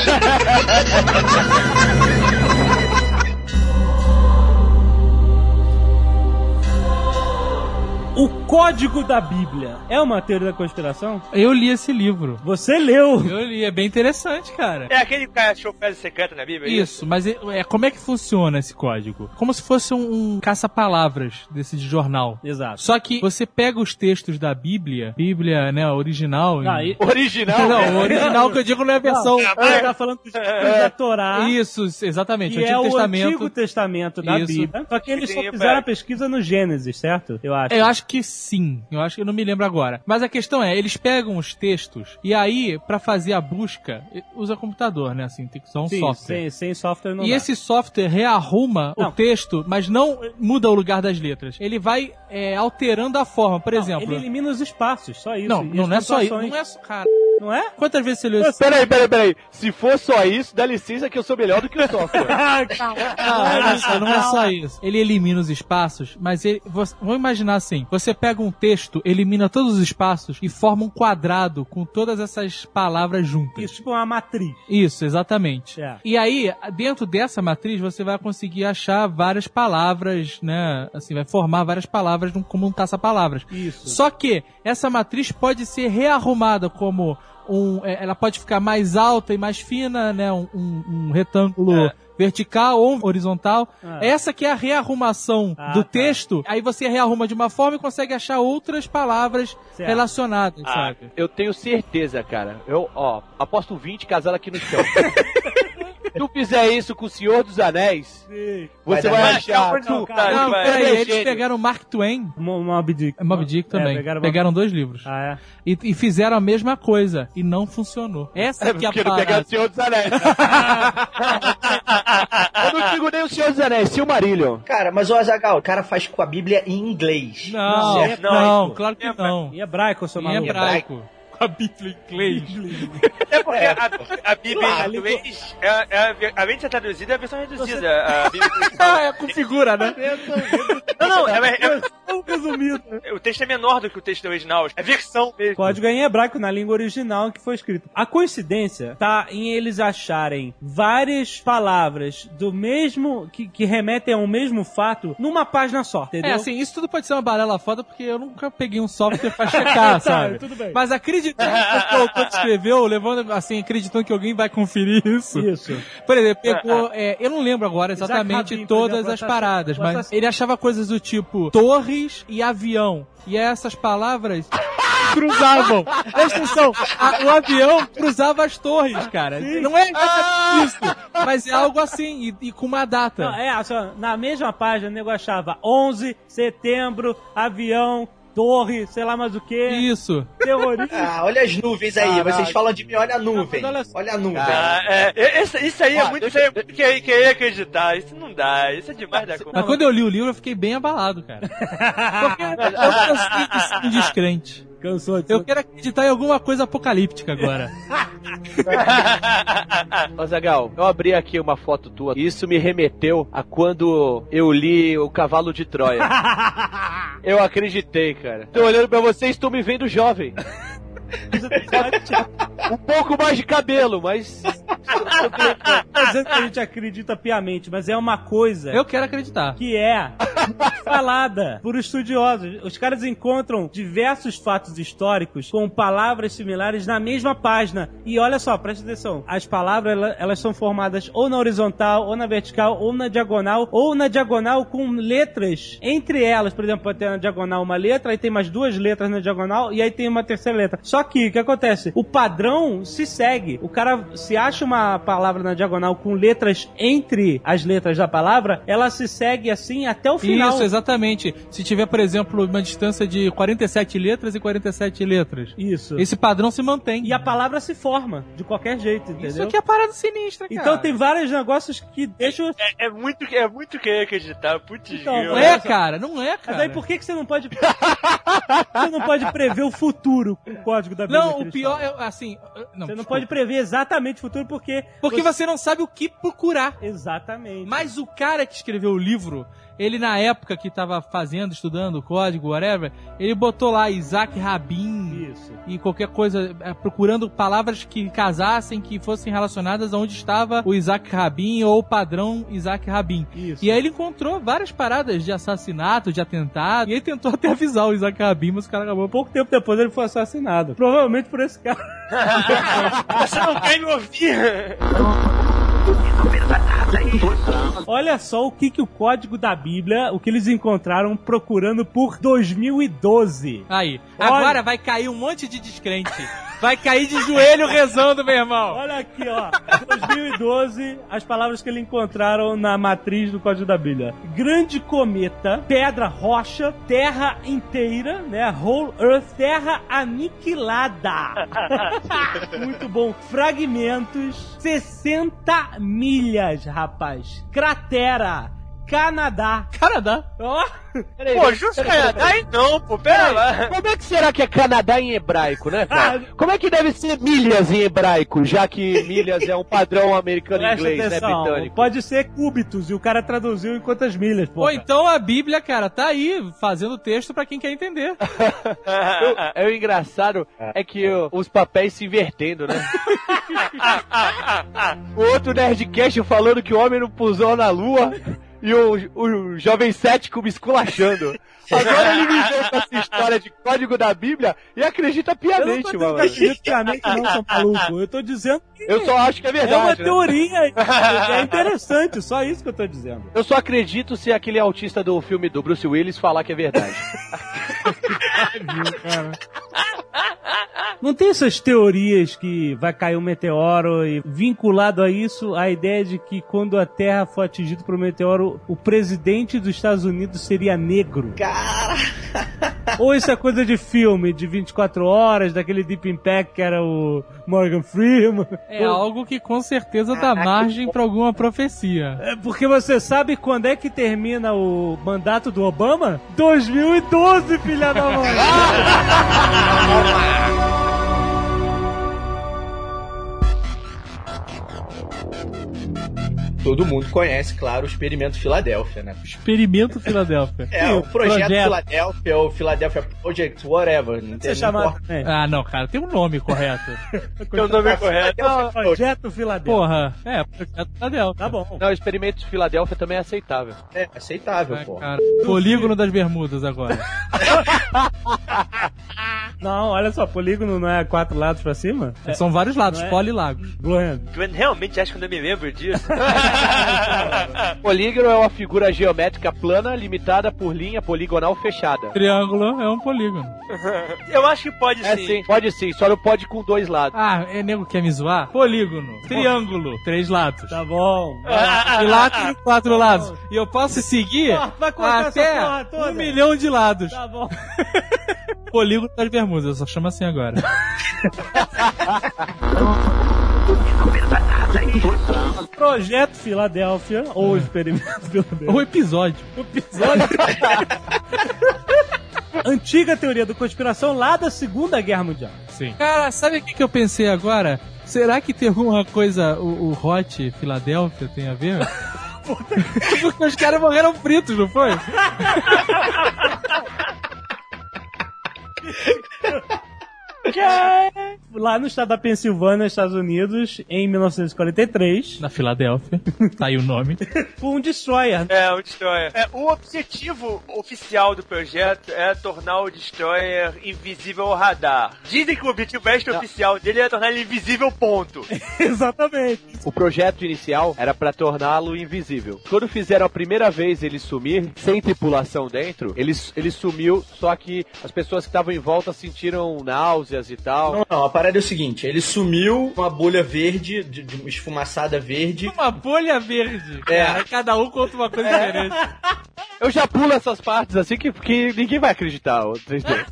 O código da Bíblia é uma teoria da conspiração? Eu li esse livro. Você leu. Eu li, é bem interessante, cara. É aquele cara que achou pedra secreta na Bíblia? Isso, mas é, é- como é que funciona esse código? Como se fosse um, um caça-palavras desse de jornal. Exato. Só que você pega os textos da Bíblia, Bíblia, né, original. Não, Ah, e- Não, Original? o original que eu digo não é a versão. Ah, Não, ele tá falando dos textos da Torá. Isso, exatamente, Que é Antigo o Testamento. Antigo Testamento da Isso. Bíblia. Só que eles só Sim, fizeram pera. a pesquisa no Gênesis, certo? Eu acho. É, Eu acho que sim. Eu acho que eu não me lembro agora. Mas a questão é, eles pegam os textos e aí, pra fazer a busca, usa computador, né? Assim, tem que usar um Sim, software. sem, sem software não E dá. esse software rearruma Não. o texto, mas não muda o lugar das letras. Ele vai é, alterando a forma. Por Não, exemplo. Ele elimina os espaços, só isso. Não, E não, as é só isso. pontuações- Não é só. Cara, Não é? quantas vezes você leu isso? Peraí, peraí, peraí. Se for só isso, dá licença que eu sou melhor do que o software. Não, Ah, não é só- não é só isso. Ele elimina os espaços, mas ele. você- vamos imaginar assim: você pega um texto, elimina todos os espaços e forma um quadrado com todas essas palavras juntas. Isso, tipo uma matriz. Isso, exatamente. É. E aí, dentro dessa matriz, você vai conseguir achar várias palavras, né? Assim, vai formar várias palavras num- como um caça-palavras. Isso. Só que essa matriz pode ser rearrumada como um. é, Ela pode ficar mais alta e mais fina, né? Um, um- um retângulo. Vertical ou horizontal. Ah. Essa que é a rearrumação Ah, do tá. texto. Aí você rearruma de uma forma e consegue achar outras palavras Certo. relacionadas, Ah. sabe? Eu tenho certeza, cara. Eu, ó, aposto 20 casado aqui no chão. Se tu fizer isso com o Senhor dos Anéis, você Vai vai, dar merda. achar. Vai dar tu- merda. Ah, Não, vai. peraí, Ele é eles gênio. pegaram Mark Twain. Mo- Mob Dick. É Mob Dick É, também. pegaram pegaram, Mob- dois livros. Ah, E, e fizeram a mesma coisa. E não funcionou. Essa É que é a porque não pegaram parada. o Senhor dos Anéis. eu não digo nem o Senhor dos Anéis, Silmarillion. Cara, mas o Azagal, o cara faz com a Bíblia em inglês. Não, Não, não, não, claro que é não. é. E hebraico, seu Em maluco. um hebraico. Com a Bíblia em inglês. É porque a, a Bíblia Claro. em inglês, é, é a, ver- além de ser traduzida, é a versão reduzida. A Bíblia... Ah, é com figura, né? não, não, é, é, tão resumido. O texto é menor do que o texto original. É versão mesmo. Código é em hebraico, na língua original que foi escrito. A coincidência tá em eles acharem várias palavras do mesmo. que, que remetem ao mesmo fato numa página só, entendeu? É, assim, isso tudo pode ser uma balela foda, porque eu nunca peguei um software pra Ah, checar, sabe? tudo bem. Mas acreditando que o autor escreveu, levando, assim, acreditando que alguém vai conferir isso. Isso. Por exemplo, pegou, é, eu não lembro agora Isaac exatamente Rabin, por todas exemplo, tá assim, as botasse- paradas, mas botasse- ele achava coisas do tipo torres e avião. E essas palavras cruzavam. Presta atenção, a- o avião cruzava as torres, cara. Não é exatamente isso, mas é algo assim, e, e com uma data. Ah! Não, é, só, na mesma página o nego achava 11, setembro, avião, torre, sei lá mais o que, Isso. terrorismo. Ah, olha as nuvens aí. Caraca. Vocês falam de mim, olha a nuvem. Não, mas olha só. Olha a nuvem. Ah, é, é, isso, isso aí é muito, isso aí é muito querer, querer acreditar. Isso não dá, isso é demais da conta. Mas quando eu li o livro, eu fiquei bem abalado, cara. Porque eu cansei de ser um descrente. Cansou de Eu quero acreditar em alguma coisa apocalíptica agora. Ô, Zagal, eu abri aqui uma foto tua e isso me remeteu a quando eu li O Cavalo de Troia. eu acreditei, cara. Tô olhando pra vocês, tô me vendo jovem. Um pouco mais de cabelo, mas. Tô dizendo que a gente acredita piamente, mas é uma coisa Eu quero acreditar. que é falada por estudiosos. Os caras encontram diversos fatos históricos com palavras similares na mesma página. E olha só, presta atenção. As palavras, ela- elas, são formadas ou na horizontal, ou na vertical, ou na diagonal, ou na diagonal com letras entre elas. Por exemplo, pode ter na diagonal uma letra, aí tem mais duas letras na diagonal, e aí tem uma terceira letra. Só que, o que acontece? O padrão se segue. O cara se acha uma palavra na diagonal com letras entre as letras da palavra, ela se segue assim até o final. Isso, exatamente. Se tiver, por exemplo, uma distância de 47 letras e 47 letras. Isso. Esse padrão se mantém. E a palavra se forma, de qualquer jeito, entendeu? Isso aqui é parada sinistra, cara. Então tem vários negócios que deixam. É, é muito, é muito querer acreditar, putz, Então, grilo. Não é, cara. Não é, cara. Mas aí por que, que você não pode. você não pode prever o futuro com o código da Bíblia? Não, o cristã? pior é, assim... Não, Você não desculpa. pode prever exatamente o futuro porque. Porque você não sabe o que procurar. Exatamente. Mas o cara que escreveu o livro, ele na época que tava fazendo, estudando o código, whatever, ele botou lá Isaac Rabin Isso. e qualquer coisa, eh, procurando palavras que casassem, que fossem relacionadas a onde estava o Isaac Rabin ou o padrão Isaac Rabin. Isso. E aí ele encontrou várias paradas de assassinato, de atentado, e ele tentou até avisar o Isaac Rabin, mas o cara acabou... Pouco tempo depois ele foi assassinado. Provavelmente por esse cara. Você não quer me ouvir. Olha só o que, que o código da Bíblia, o que eles encontraram procurando por 2012. Aí, Olha. agora vai cair um monte de descrente. Vai cair de joelho rezando, meu irmão. Olha aqui, ó. 2012, as palavras que eles encontraram na matriz do Código da Bíblia. Grande cometa, pedra rocha, terra inteira, né? Whole Earth, terra aniquilada. Muito bom. Fragmentos, 60 milhas, rapaz. Cratera, Canadá. Canadá. Ó, Pô, justo Canadá aí não, pô, pera lá. Como é que será que é Canadá em hebraico, né, cara? Ah. Como é que deve ser milhas em hebraico, já que milhas é um padrão presta americano-inglês, né, atenção. britânico? Pode ser cúbitos e o cara traduziu em quantas milhas, pô. Ou então a Bíblia, cara, tá aí fazendo texto pra quem quer entender. Ah, Eu- É o engraçado é que o- os papéis se invertendo, né? o outro Nerdcast falando que o homem não pousou na lua e o, o jovem cético me esculachando. Agora ele me vê com essa história de código da Bíblia e acredita Eu não tô piamente, dizendo mano. que acreditamente não sou maluco. Eu tô dizendo que Eu só acho que é É uma verdade. né? teoria. É interessante, só isso que eu tô dizendo. Eu só acredito se aquele autista do filme do Bruce Willis falar que é verdade. Não tem essas teorias que vai cair um meteoro e vinculado a isso, a ideia de que quando a Terra for atingida por um meteoro, o presidente dos Estados Unidos seria negro. Cara, Ou isso é coisa de filme, de 24 horas, daquele Deep Impact que era o Morgan Freeman. É algo que com certeza dá margem pra alguma profecia. É porque você sabe quando é que termina o mandato do Obama? 2012, filha da mãe! Todo mundo conhece, claro, o experimento Filadélfia, né? Experimento Filadélfia. É, o projeto, projeto. Filadélfia, o Philadelphia Project, whatever. Não Você tem chamar. importa. É. Ah, não, cara, tem um nome correto. Teu nome é correto. Philadelphia Project. Projeto Filadélfia. Porra, é, projeto Filadélfia. Tá bom. Não, o experimento de Filadélfia também é aceitável. É aceitável, Vai, pô. cara. Polígono das Bermudas agora. Não, olha só, polígono não é quatro lados pra cima? São vários lados, Não é? polilagos. Gloriano. Eu realmente acho que eu não me lembro disso. Polígono é uma figura geométrica plana limitada por linha poligonal fechada. Triângulo é um polígono. eu acho que pode É sim. sim, pode sim, só não pode com dois lados. Ah, é nego que quer me zoar? Polígono. Triângulo. Três lados. Tá bom. né? Quilátero, quatro lados. E eu posso seguir Ah, vai cortar essa até porra toda. um milhão de lados. Tá bom. Polígono das Bermudas, eu só chamo assim agora. Projeto Filadélfia, ou Experimento Filadélfia. o episódio. Antiga teoria da conspiração lá da Segunda Guerra Mundial. Cara, sabe o que, que eu pensei agora? Será que tem alguma coisa o, o Hot Filadélfia tem a ver? Porque os caras morreram fritos, não foi? Lá no estado da Pensilvânia, Estados Unidos, em 1943, Na Filadélfia. Tá aí o nome. por um destroyer. É, o Destroyer. É, o objetivo oficial do projeto é tornar o Destroyer invisível ao radar. Dizem que o objetivo extra-oficial dele é tornar ele invisível, ponto. Exatamente. O projeto inicial era pra torná-lo invisível. Quando fizeram a primeira vez ele sumir, sem tripulação dentro, ele, ele sumiu, só que as pessoas que estavam em volta sentiram náuseas e tal. Não, não, a parada é o seguinte, ele sumiu uma bolha verde, de, de uma esfumaçada verde. Uma bolha verde. É. Cara, cada um conta uma coisa diferente. Eu já pulo essas partes assim que, que ninguém vai acreditar. ô 3D.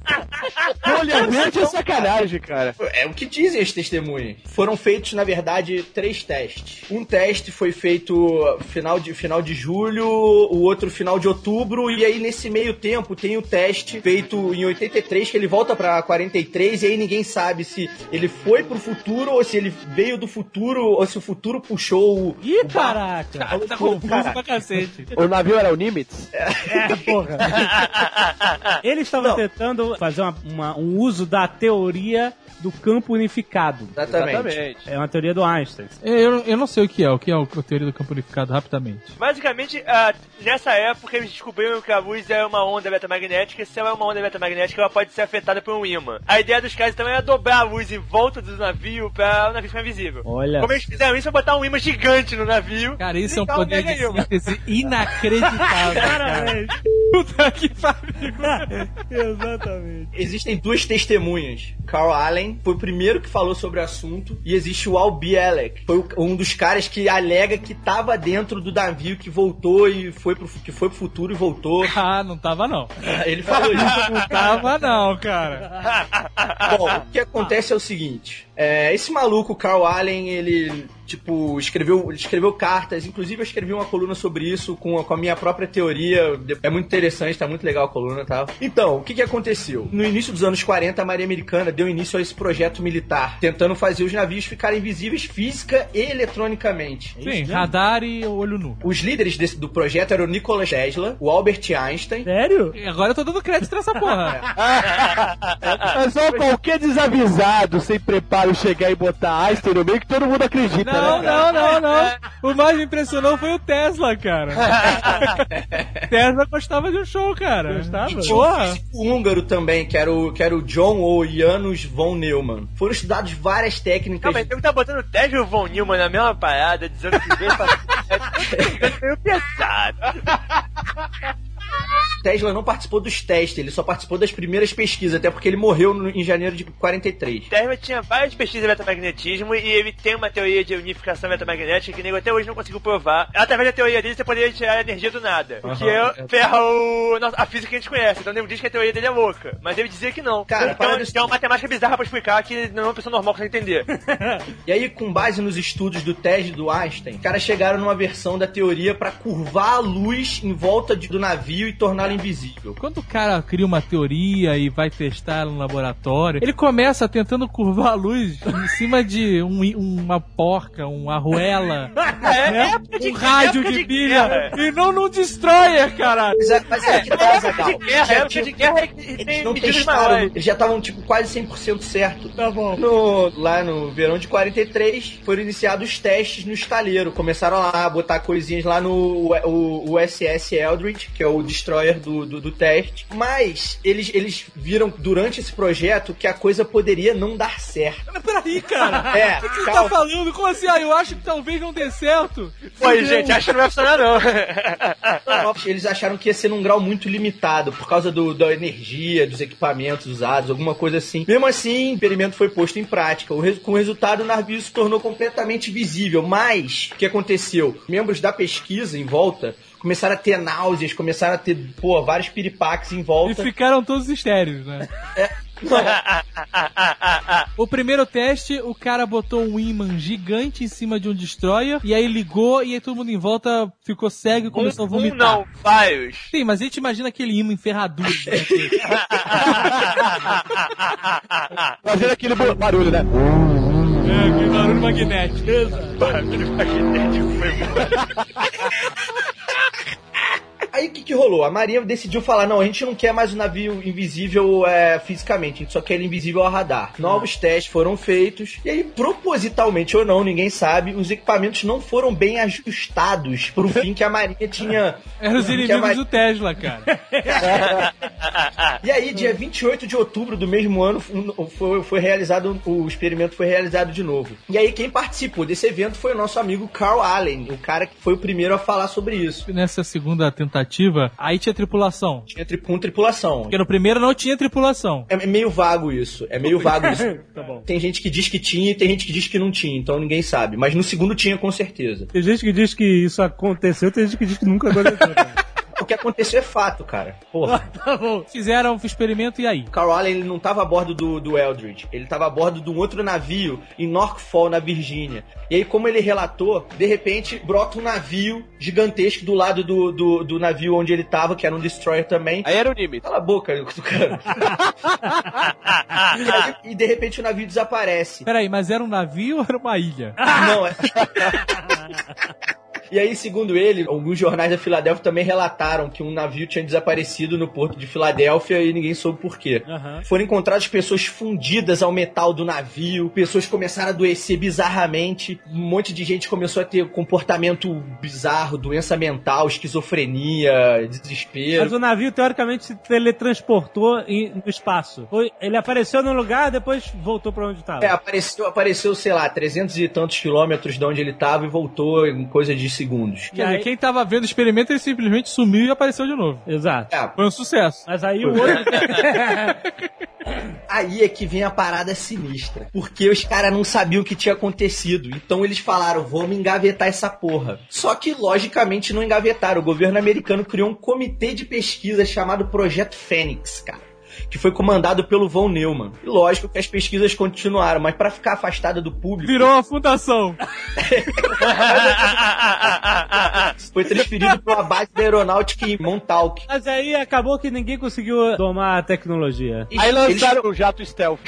Olha, verde é sacanagem, cara. É o que dizem as testemunhas. Foram feitos, na verdade, três testes. Um teste foi feito final de, final de julho, o outro final de outubro, e aí nesse meio tempo tem o teste feito em 83, que ele volta pra 43, e aí ninguém sabe se ele foi pro futuro, ou se ele veio do futuro, ou se o futuro puxou o. Ih, o barco. caraca. Cara, Tá tá confuso confuso pra cacete. O navio era o Nimitz? Ele estava Não. tentando fazer uma- uma- um uso da teoria do campo unificado. Exatamente. É uma teoria do Einstein. Eu, eu não sei o que é. O que é o, a teoria do campo unificado, rapidamente. Basicamente, ah, nessa época eles descobriram que a luz é uma onda metamagnética e se ela é uma onda metamagnética, ela pode ser afetada por um ímã. A ideia dos caras então era dobrar a luz em volta do navio pra o navio ficar invisível. Olha. Como eles fizeram isso, é botar um ímã gigante no navio. Cara, isso e é um dar um poder mega de ímã. síntese inacreditável. cara. Parabéns. Puta que pariu. Exatamente. Existem duas testemunhas. Carl Allen foi o primeiro que falou sobre o assunto. E existe o Al Bielek. Foi o- um dos caras que alega que tava dentro do navio, que voltou e foi pro, que foi pro futuro e voltou. Ah, não tava não. Ele falou isso. Não tava não, cara. Bom, o que acontece é o seguinte: é, esse maluco, Carl Allen, ele. Tipo, escreveu, ele escreveu cartas, inclusive eu escrevi uma coluna sobre isso com a, com a minha própria teoria. É muito interessante, tá muito legal a coluna, tá? Então, o que, que aconteceu? No início dos anos 40, a Marinha Americana deu início a esse projeto militar, tentando fazer os navios ficarem visíveis física e eletronicamente. Sim, radar e olho nu. Os líderes desse- do projeto eram o Nikola Tesla, o Albert Einstein, Sério? E Agora eu tô dando crédito nessa porra. É só qualquer desavisado sem preparo chegar e botar Einstein no meio que todo mundo acredita, Não, né? cara? não, não, não. O mais me impressionou foi o Tesla, cara. Tesla gostava de um show, cara. Gostava? E tinha um Porra. físico húngaro também, que era o, que era o John ou Janusz von Neumann. Foram estudadas várias técnicas. Calma, então tá botando o Tesla e o Von Neumann na mesma parada, dizendo que veio pra... É meio pesado. Tesla não participou dos testes, ele só participou das primeiras pesquisas, até porque ele morreu no- em janeiro de 43. Tesla tinha várias pesquisas de metamagnetismo e ele tem uma teoria de unificação metamagnética que o nego até hoje não conseguiu provar. Através da teoria dele, você poderia tirar a energia do nada. O que é, ferra o, nossa- a física que a gente conhece. Então o nego diz que a teoria dele é louca. Mas ele dizia que não. Cara, então, para de- então é uma matemática bizarra pra explicar que não é uma pessoa normal consegue entender. E aí, com base nos estudos do Tesla e do Einstein, os caras chegaram numa versão da teoria pra curvar a luz em volta de- do navio fio e torná-lo invisível. Quando o cara cria uma teoria e vai testar ela no laboratório, ele começa tentando curvar a luz em cima de um i- uma porca, um arruela, né? É, época de- um rádio época de de pilha, guerra. e não num destroyer, caralho. Mas, é- mas é, que tá, tipo, Zagal. de guerra, época de guerra é que Eles tem não medidas testaram, maiores. eles já estavam tipo quase 100% certo. Tá bom. No- lá no verão de 43, foram iniciados os testes no estaleiro. Começaram lá a botar coisinhas lá no o, o USS Eldridge, que é o destroyer do, do, do teste. Mas eles, eles viram durante esse projeto que a coisa poderia não dar certo. Mas Peraí, cara. É, O que você tá calma. falando? Como assim? Ah, eu acho que talvez não dê certo. Oi, Fudeu. gente, acho que não vai funcionar não. Eles acharam que ia ser num grau muito limitado por causa do, da energia, dos equipamentos usados, alguma coisa assim. Mesmo assim, o experimento foi posto em prática. O resu- com o resultado, o navio se tornou completamente visível. Mas, o que aconteceu? Membros da pesquisa em volta começaram a ter náuseas, começaram a ter, pô, vários piripaques em E volta. ficaram todos estéreos, né? O primeiro teste, o cara botou um imã gigante em cima de um destroyer e aí ligou e aí todo mundo em volta ficou cego e começou a um, um vomitar. não, vários. Sim, mas a gente imagina aquele imã enferradura. Fazendo aquele bu- barulho, né? é, aquele barulho magnético. Aí o que, que rolou? A Marinha decidiu falar: não, a gente não quer mais o navio invisível é, fisicamente, a gente só quer ele invisível ao radar. Novos testes foram feitos, e aí, propositalmente ou não, ninguém sabe, os equipamentos não foram bem ajustados pro fim que a Marinha tinha. Eram os que a inimigos Marinha- do Tesla, cara. e aí, dia 28 de outubro do mesmo ano, um- foi, foi realizado, o experimento foi realizado de novo. E aí, quem participou desse evento foi o nosso amigo Carl Allen, o cara que foi o primeiro a falar sobre isso. Nessa segunda tentativa, aí tinha tripulação. Tinha tri- com tripulação. Porque no primeiro não tinha tripulação. É meio vago isso. É meio vago isso. Tá bom. Tem gente que diz que tinha e tem gente que diz que não tinha, então ninguém sabe. Mas no segundo tinha com certeza. Tem gente que diz que isso aconteceu, tem gente que diz que nunca aconteceu. cara. O que aconteceu é fato, cara. Porra. tá bom. Fizeram o experimento e aí? O Carl Allen ele não tava a bordo do, do Eldridge, ele tava a bordo de um outro navio em Norfolk, na Virgínia. E aí, como ele relatou, de repente brota um navio gigantesco do lado do, do, do navio onde ele tava, que era um destroyer também. Aí era o Nimitz. Cala a boca do cara. e, aí, e de repente o navio desaparece. Peraí, mas era um navio ou era uma ilha? Não, é. E aí, segundo ele, alguns jornais da Filadélfia também relataram que um navio tinha desaparecido no porto de Filadélfia e ninguém soube por quê. Aham. Foram encontradas pessoas fundidas ao metal do navio, pessoas começaram a adoecer bizarramente, um monte de gente começou a ter comportamento bizarro, doença mental, esquizofrenia, desespero. Mas o navio, teoricamente, se teletransportou em- no espaço. Foi- ele apareceu num lugar, depois voltou pra onde estava. É, apareceu, apareceu, sei lá, 300 e tantos quilômetros de onde ele estava e voltou em coisa de segundos. Quer dizer, aí- quem tava vendo o experimento, ele simplesmente sumiu e apareceu de novo. Exato. É, Foi um sucesso. Mas aí o outro. Aí é que vem a parada sinistra. Porque os caras não sabiam o que tinha acontecido. Então eles falaram, vamos engavetar essa porra. Só que, logicamente, não engavetaram. O governo americano criou um comitê de pesquisa chamado Projeto Fênix, cara. Que foi comandado pelo Von Neumann. E lógico que as pesquisas continuaram, mas pra ficar afastada do público, Virou uma fundação. foi transferido para uma base da aeronáutica em Montauk. Mas aí acabou que ninguém conseguiu domar a tecnologia. Aí lançaram o um jato stealth.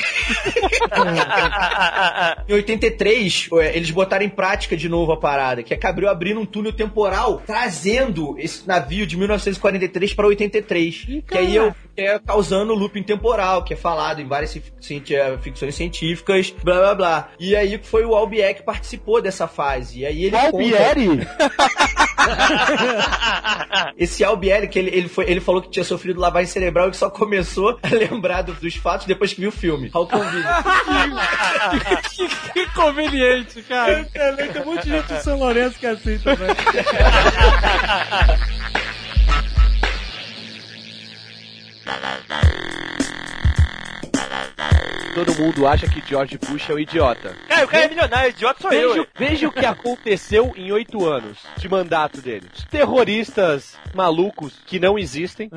Em 83, é, eles botaram em prática de novo a parada, que acabou abrindo um túnel temporal, trazendo esse navio de 1943 para 83. Ih, que aí caralho. eu é causando o looping temporal, que é falado em várias ci- ci- eh, ficções científicas, blá blá blá. E aí foi o Albier que participou dessa fase. E aí ele conta- Albieri? esse Albieri que ele, ele, foi, ele falou que tinha sofrido lavagem cerebral e que só começou a lembrar do- dos fatos depois que viu o filme. um How convenient. Que conveniente, cara. Tem um monte de gente de São Lourenço que assiste também. Todo mundo acha que George Bush é um idiota. Cara, o cara é milionário, idiota sou Veja, eu. o- veja o que aconteceu em oito anos de mandato dele. Os terroristas malucos que não existem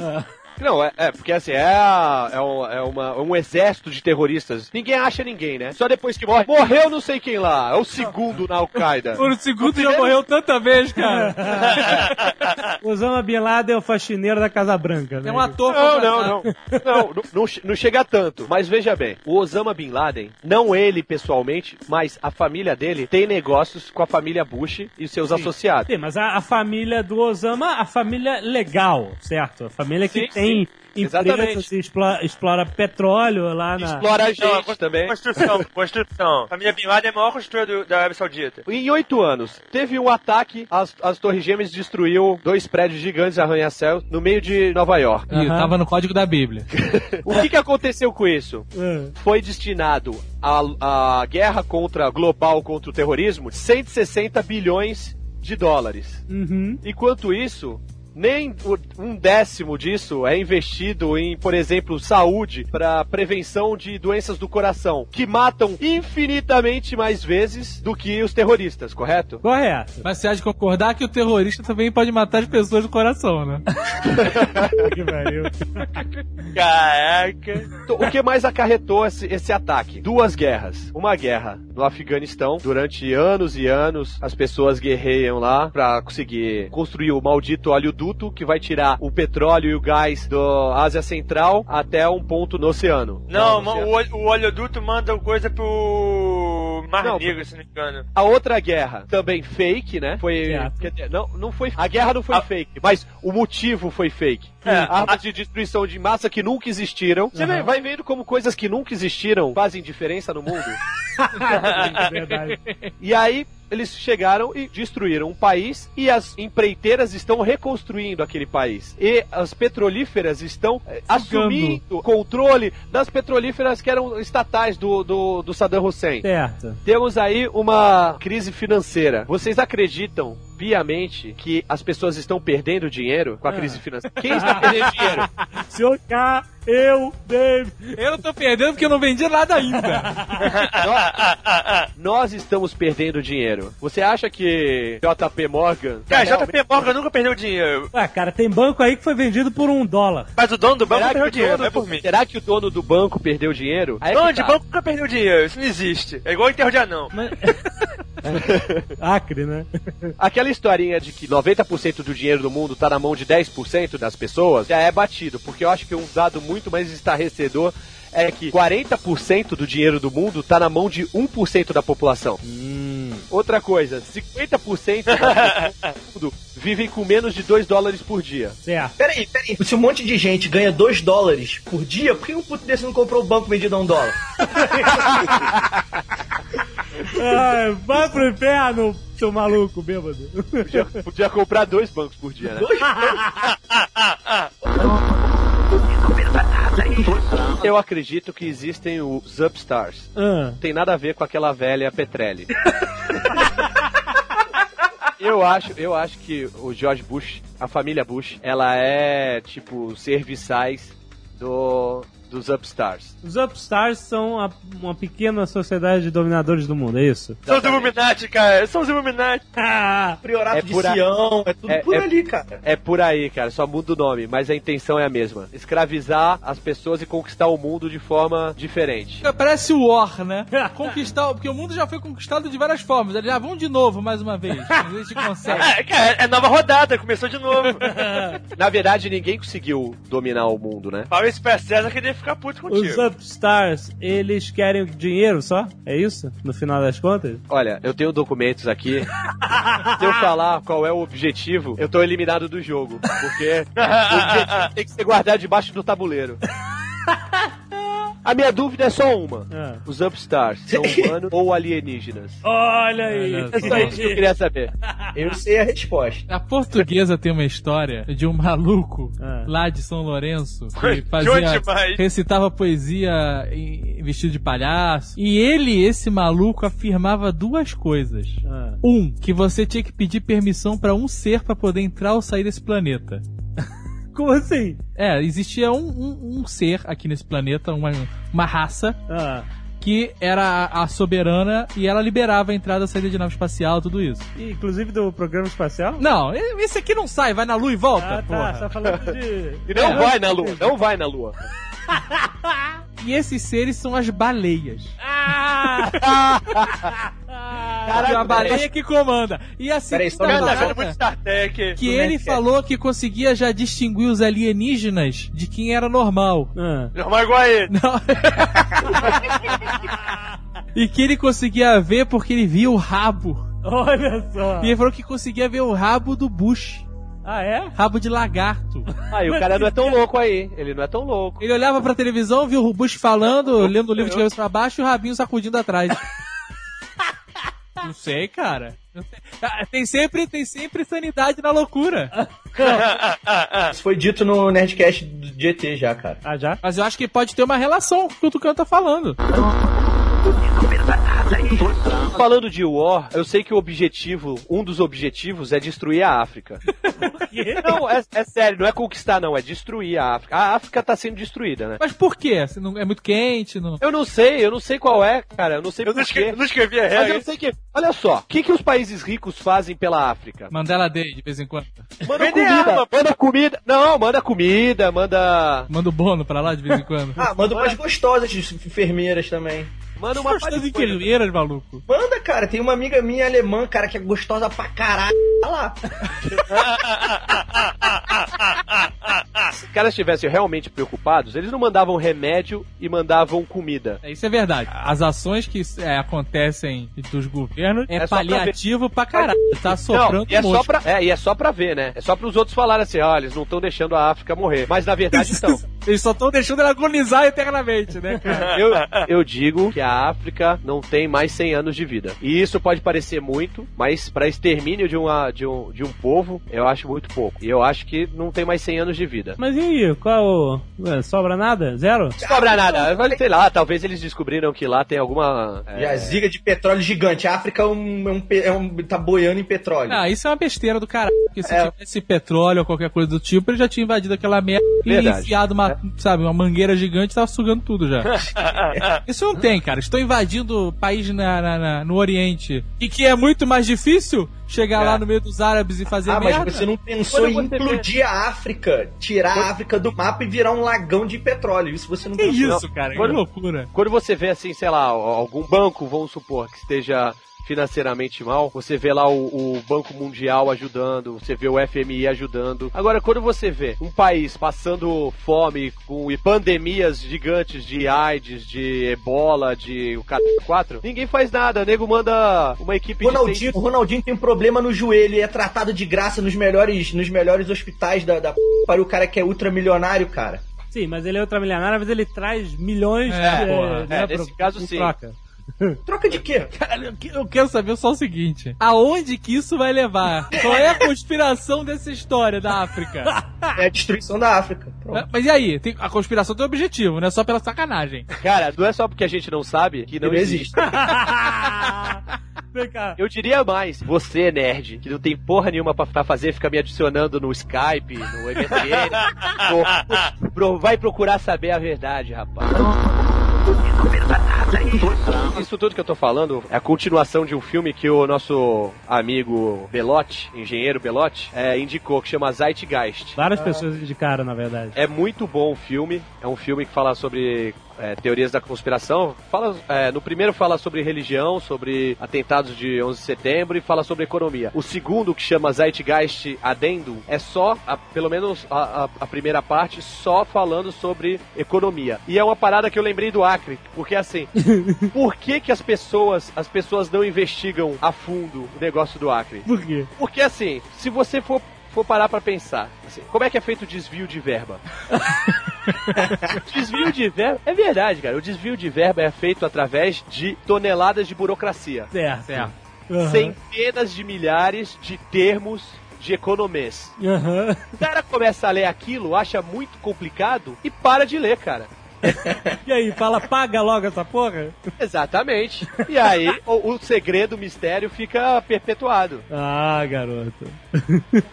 Não, é, é, porque assim, é, a- é um, é uma- é um exército de terroristas. Ninguém acha ninguém, né? Só depois que morre. Morreu não sei quem lá. É o segundo na Al-Qaeda. Por um segundo já morreu tanta vez, cara. Osama Bin Laden é o faxineiro da Casa Branca, né? É um ator Não, não, contratado. não. Não, não, não che- não chega a tanto. Mas veja bem, o Osama Bin Laden, não ele pessoalmente, mas a família dele tem negócios com a família Bush e seus associados. Sim, mas a, a família do Osama, a família legal, certo? A família que Sim, tem empresas, Exatamente. se explora, explora petróleo lá na... Explora a Não, gente também. Construção, construção. Família Bin Laden é a maior construtora do- da Arábia Saudita. Em oito anos, teve um ataque, as, as Torres Gêmeas destruiu dois prédios gigantes arranha-céu no meio de Nova York. Ih, Aham. tava no código da Bíblia. O que, que aconteceu com isso? Ah. Foi destinado à, à guerra contra global contra o terrorismo 160 bilhões de dólares. Uhum. Enquanto isso, nem o- um décimo disso é investido em, por exemplo, saúde para prevenção de doenças do coração, que matam infinitamente mais vezes do que os terroristas, correto? Correto. Mas você há de concordar que o terrorista também pode matar as pessoas do coração, né? que pariu. Caraca. Então, o que mais acarretou esse, esse ataque? Duas guerras. Uma guerra no Afeganistão. Durante anos e anos, as pessoas guerreiam lá pra conseguir construir o maldito oleoduto que vai tirar o petróleo e o gás da Ásia Central até um ponto no oceano. Então, Não, no ma- oceano. o, ol- o oleoduto manda coisa pro Mar Não, Negro, se não me engano. A outra guerra, também fake, né? Foi. Certo. quer dizer, Não, não foi. A guerra não foi A- fake, mas o motivo foi fake. É, Armas de destruição de massa que nunca existiram. Você vê- vai vendo como coisas que nunca existiram fazem diferença no mundo. Verdade. e aí. Eles chegaram e destruíram um país e as empreiteiras estão reconstruindo aquele país. E as petrolíferas estão eh, assumindo controle das petrolíferas que eram estatais do, do, do Saddam Hussein. Certo. Temos aí uma crise financeira. Vocês acreditam piamente que as pessoas estão perdendo dinheiro com a crise financeira? Quem está perdendo dinheiro? Senhor K, eu, David... Eu não tô perdendo porque eu não vendi nada ainda. Nós estamos perdendo dinheiro. Você acha que JP Morgan. Cara, JP Morgan nunca perdeu dinheiro. Ué, cara, tem banco aí que foi vendido por um dólar. Mas o dono do banco Será que, perdeu o dinheiro, não dono é por do, mim. será que o dono do banco perdeu dinheiro? Aí é que Dono de tá. banco nunca perdeu dinheiro, isso não existe. É igual enterro de anão. Mas... Acre, né? Aquela historinha de que 90% do dinheiro do mundo tá na mão de 10% das pessoas já é batido, porque eu acho que um dado muito mais estarrecedor é que 40% do dinheiro do mundo tá na mão de 1% da população. Outra coisa, 50% da população do mundo vivem com menos de 2 dólares por dia. Certo. Peraí, peraí. Se um monte de gente ganha 2 dólares por dia, por que um puto desse não comprou o banco vendido a 1 dólar? Ai, vai pro inferno, seu maluco bêbado. Podia, podia comprar dois bancos por dia, né? Eu acredito que existem os Upstars. Ah. Não tem nada a ver com aquela velha Petrelli. Eu acho, eu acho que o George Bush, a família Bush, ela é tipo serviçais do dos upstars. Os Upstars são a- uma pequena sociedade de dominadores do mundo, é isso? São os Illuminati, cara, são os Illuminati. Priorato É de por a- Sião, é tudo é- por é- ali, cara. É por aí, cara, só muda o nome, mas a intenção é a mesma. Escravizar as pessoas e conquistar o mundo de forma diferente. Parece o War, né? Conquistar, porque o mundo já foi conquistado de várias formas. Eles já vão de novo mais uma vez. A gente consegue. É, cara, é nova rodada, começou de novo. Na verdade, ninguém conseguiu dominar o mundo, né? Fala isso pra César que ele ia ficar puto Os contigo. Upstars, eles querem dinheiro só? É isso? No final das contas? Olha, eu tenho documentos aqui. Se eu falar qual é o objetivo, eu tô eliminado do jogo. Porque o objetivo tem que ser guardado debaixo do tabuleiro. A minha dúvida é só uma. Ah. Os Upstars são humanos ou alienígenas? Olha aí! É só isso que eu queria saber. Eu sei a resposta. A portuguesa tem uma história de um maluco Ah. lá de São Lourenço que Que fazia, demais. recitava poesia em- vestido de palhaço. E ele, esse maluco, afirmava duas coisas. Ah. Um, que você tinha que pedir permissão pra um ser pra poder entrar ou sair desse planeta. Como assim? É, existia um, um- um ser aqui nesse planeta, uma, uma raça, Ah. que era a a soberana e ela liberava a entrada e a saída de nave espacial, tudo isso. Ih, Inclusive do programa espacial? Não, e- esse aqui não sai, vai na lua e volta, Ah, tá. porra. Você tá falando de. E É. não vai na lua, não vai na lua. E esses seres são as baleias. tá. Ah! Caraca, a baleia que comanda. E a Peraí, só um segunda Cara, Não, tá vendo nota muito Star Trek. que ele falou que conseguia já distinguir os alienígenas de quem era normal. Ah. Normal igual a ele. Não. e que ele conseguia ver porque ele via o rabo. Olha só. E ele falou que conseguia ver o rabo do Bush. Ah, é? Rabo de lagarto. Aí o cara não é tão louco aí, ele não é tão louco. Ele olhava pra televisão, viu o Bush falando, lendo o livro de cabeça pra baixo e o rabinho sacudindo atrás. Não sei, cara. Não sei. Ah, Tem sempre, tem sempre sanidade na loucura. Isso foi dito no Nerdcast do GT já, cara. Ah, já? Mas eu acho que pode ter uma relação com o que o Tucano tá falando. Falando de War, eu sei que o objetivo, um dos objetivos é destruir a África. quê? Não, é, é sério, não é conquistar não, é destruir a África. A África tá sendo destruída, né? Mas por quê? Se não- É muito quente? Não... Eu não sei, eu não sei qual é, cara, eu não sei Eu não É por escrevi, quê. não escrevi a Mas regra. eu sei que, olha só, o que, que os países ricos fazem pela África? Mandela Day, de vez em quando. Manda Vender comida, arma, manda comida. Não, manda comida, manda. Manda o Bono pra lá, de vez em quando. Ah, manda umas gostosas de enfermeiras também. Manda uma Gostando de palha de coisa. enfermeiras, maluco. Manda, cara. Tem uma amiga minha alemã, cara, que é gostosa pra caralho. Tá lá. Se os caras estivessem realmente preocupados, eles não mandavam remédio e mandavam comida. É, Isso é verdade. As ações que é, acontecem dos governos é, É só pra ver. paliativo pra, caralho. Tá Não, soprando e é, mosca. só pra, é, e é só pra ver, né? É só pros outros falarem assim, ó, eles não estão deixando a África morrer. Mas na verdade então, estão. Eles só estão deixando ela agonizar eternamente, né, cara? Eu, eu digo que a África não tem mais 100 anos de vida. E isso pode parecer muito, mas para extermínio de, uma, de, um, de um povo, eu acho muito pouco. E eu acho que não tem mais 100 anos de vida. Mas e aí? Qual. o- Ué, Sobra nada? Zero? Não sobra nada. Eu falei, Sei lá, talvez eles descobriram que lá tem alguma. é, Jaziga de petróleo gigante. A África é um, é um pe- é um- tá boiando em petróleo. Não, isso é uma besteira do caralho. Porque se tivesse petróleo ou qualquer coisa do tipo, ele já tinha invadido aquela merda Verdade. e enfiado uma, sabe, uma mangueira gigante e tava sugando tudo já. isso não tem, cara. Estou invadindo o país na, na- na- no Oriente. E que é muito mais difícil chegar É. lá no meio dos árabes e fazer Ah, mas é merda. você não pensou em Quando você implodir a África, tirar a África do mapa e virar um lagão de petróleo. Isso você não Que pensou. isso, cara? Que Quando- loucura. Quando você vê assim, sei lá, algum banco, vamos supor, que esteja financeiramente mal, você vê lá o, o Banco Mundial ajudando, você vê o FMI ajudando. Agora, quando você vê um país passando fome com e pandemias gigantes de AIDS, de ebola, de o cara 4, ninguém faz nada, nego manda uma equipe Ronaldinho, de... o Ronaldinho tem um problema no joelho e é tratado de graça nos melhores, nos melhores hospitais da, da p- para o cara que é ultramilionário, cara. Sim, mas ele é ultramilionário, mas ele traz milhões É, de. porra. né, É, nesse pro- caso, pro sim. Troca. Troca de quê? Cara, eu que- eu quero saber só o seguinte: aonde que isso vai levar? Qual é a conspiração dessa história da África? É a destruição da África. Pronto. Mas- Mas e aí? Tem- a conspiração tem objetivo, não é só pela sacanagem. Cara, não é só porque a gente não sabe que não Não existe. existe. Ah. Vem cá. Eu diria mais, você, nerd, que não tem porra nenhuma pra, pra fazer, fica me adicionando no Skype, no MSN. no- pro- vai procurar saber a verdade, rapaz. Isso tudo que eu tô falando é a continuação de um filme que o nosso amigo Belotti, engenheiro Belotti, é, indicou, que chama Zeitgeist. Várias pessoas indicaram, na verdade. É muito bom o filme. É um filme que fala sobre é, teorias da conspiração. Fala, é, no primeiro fala sobre religião, sobre atentados de 11 de setembro e fala sobre economia. O segundo, que chama Zeitgeist Addendum, é só, a- pelo menos a, a- a primeira parte, só falando sobre economia. E é uma parada que eu lembrei do Acre, porque assim, por que que as pessoas, as pessoas não investigam a fundo o negócio do Acre? Por quê? Porque assim, se você for, for parar pra pensar, assim, como é que é feito o desvio de verba? O desvio de verba é verdade, cara. O desvio de verba é feito através de toneladas de burocracia, Certo. Certo. Aham. centenas de milhares de termos de economês. Aham. O cara começa a ler aquilo, acha muito complicado e para de ler, cara. E aí, fala, paga logo essa porra? Exatamente. E aí, o, o segredo, o mistério fica perpetuado. Ah, garoto.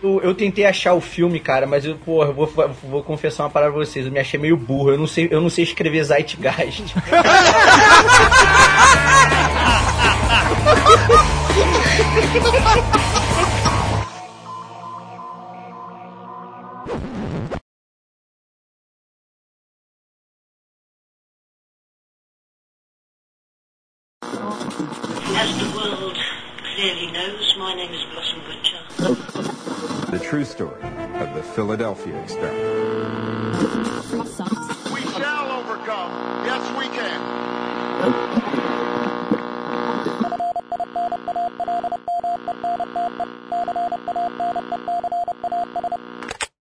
Eu, eu tentei achar o filme, cara, mas eu, porra, eu vou, vou confessar uma parada pra vocês. Eu me achei meio burro. Eu não sei, eu não sei escrever Zeitgeist. As the world clearly knows, my name is Blossom Butcher. The true story of the Philadelphia experiment. We shall overcome. Yes, we can.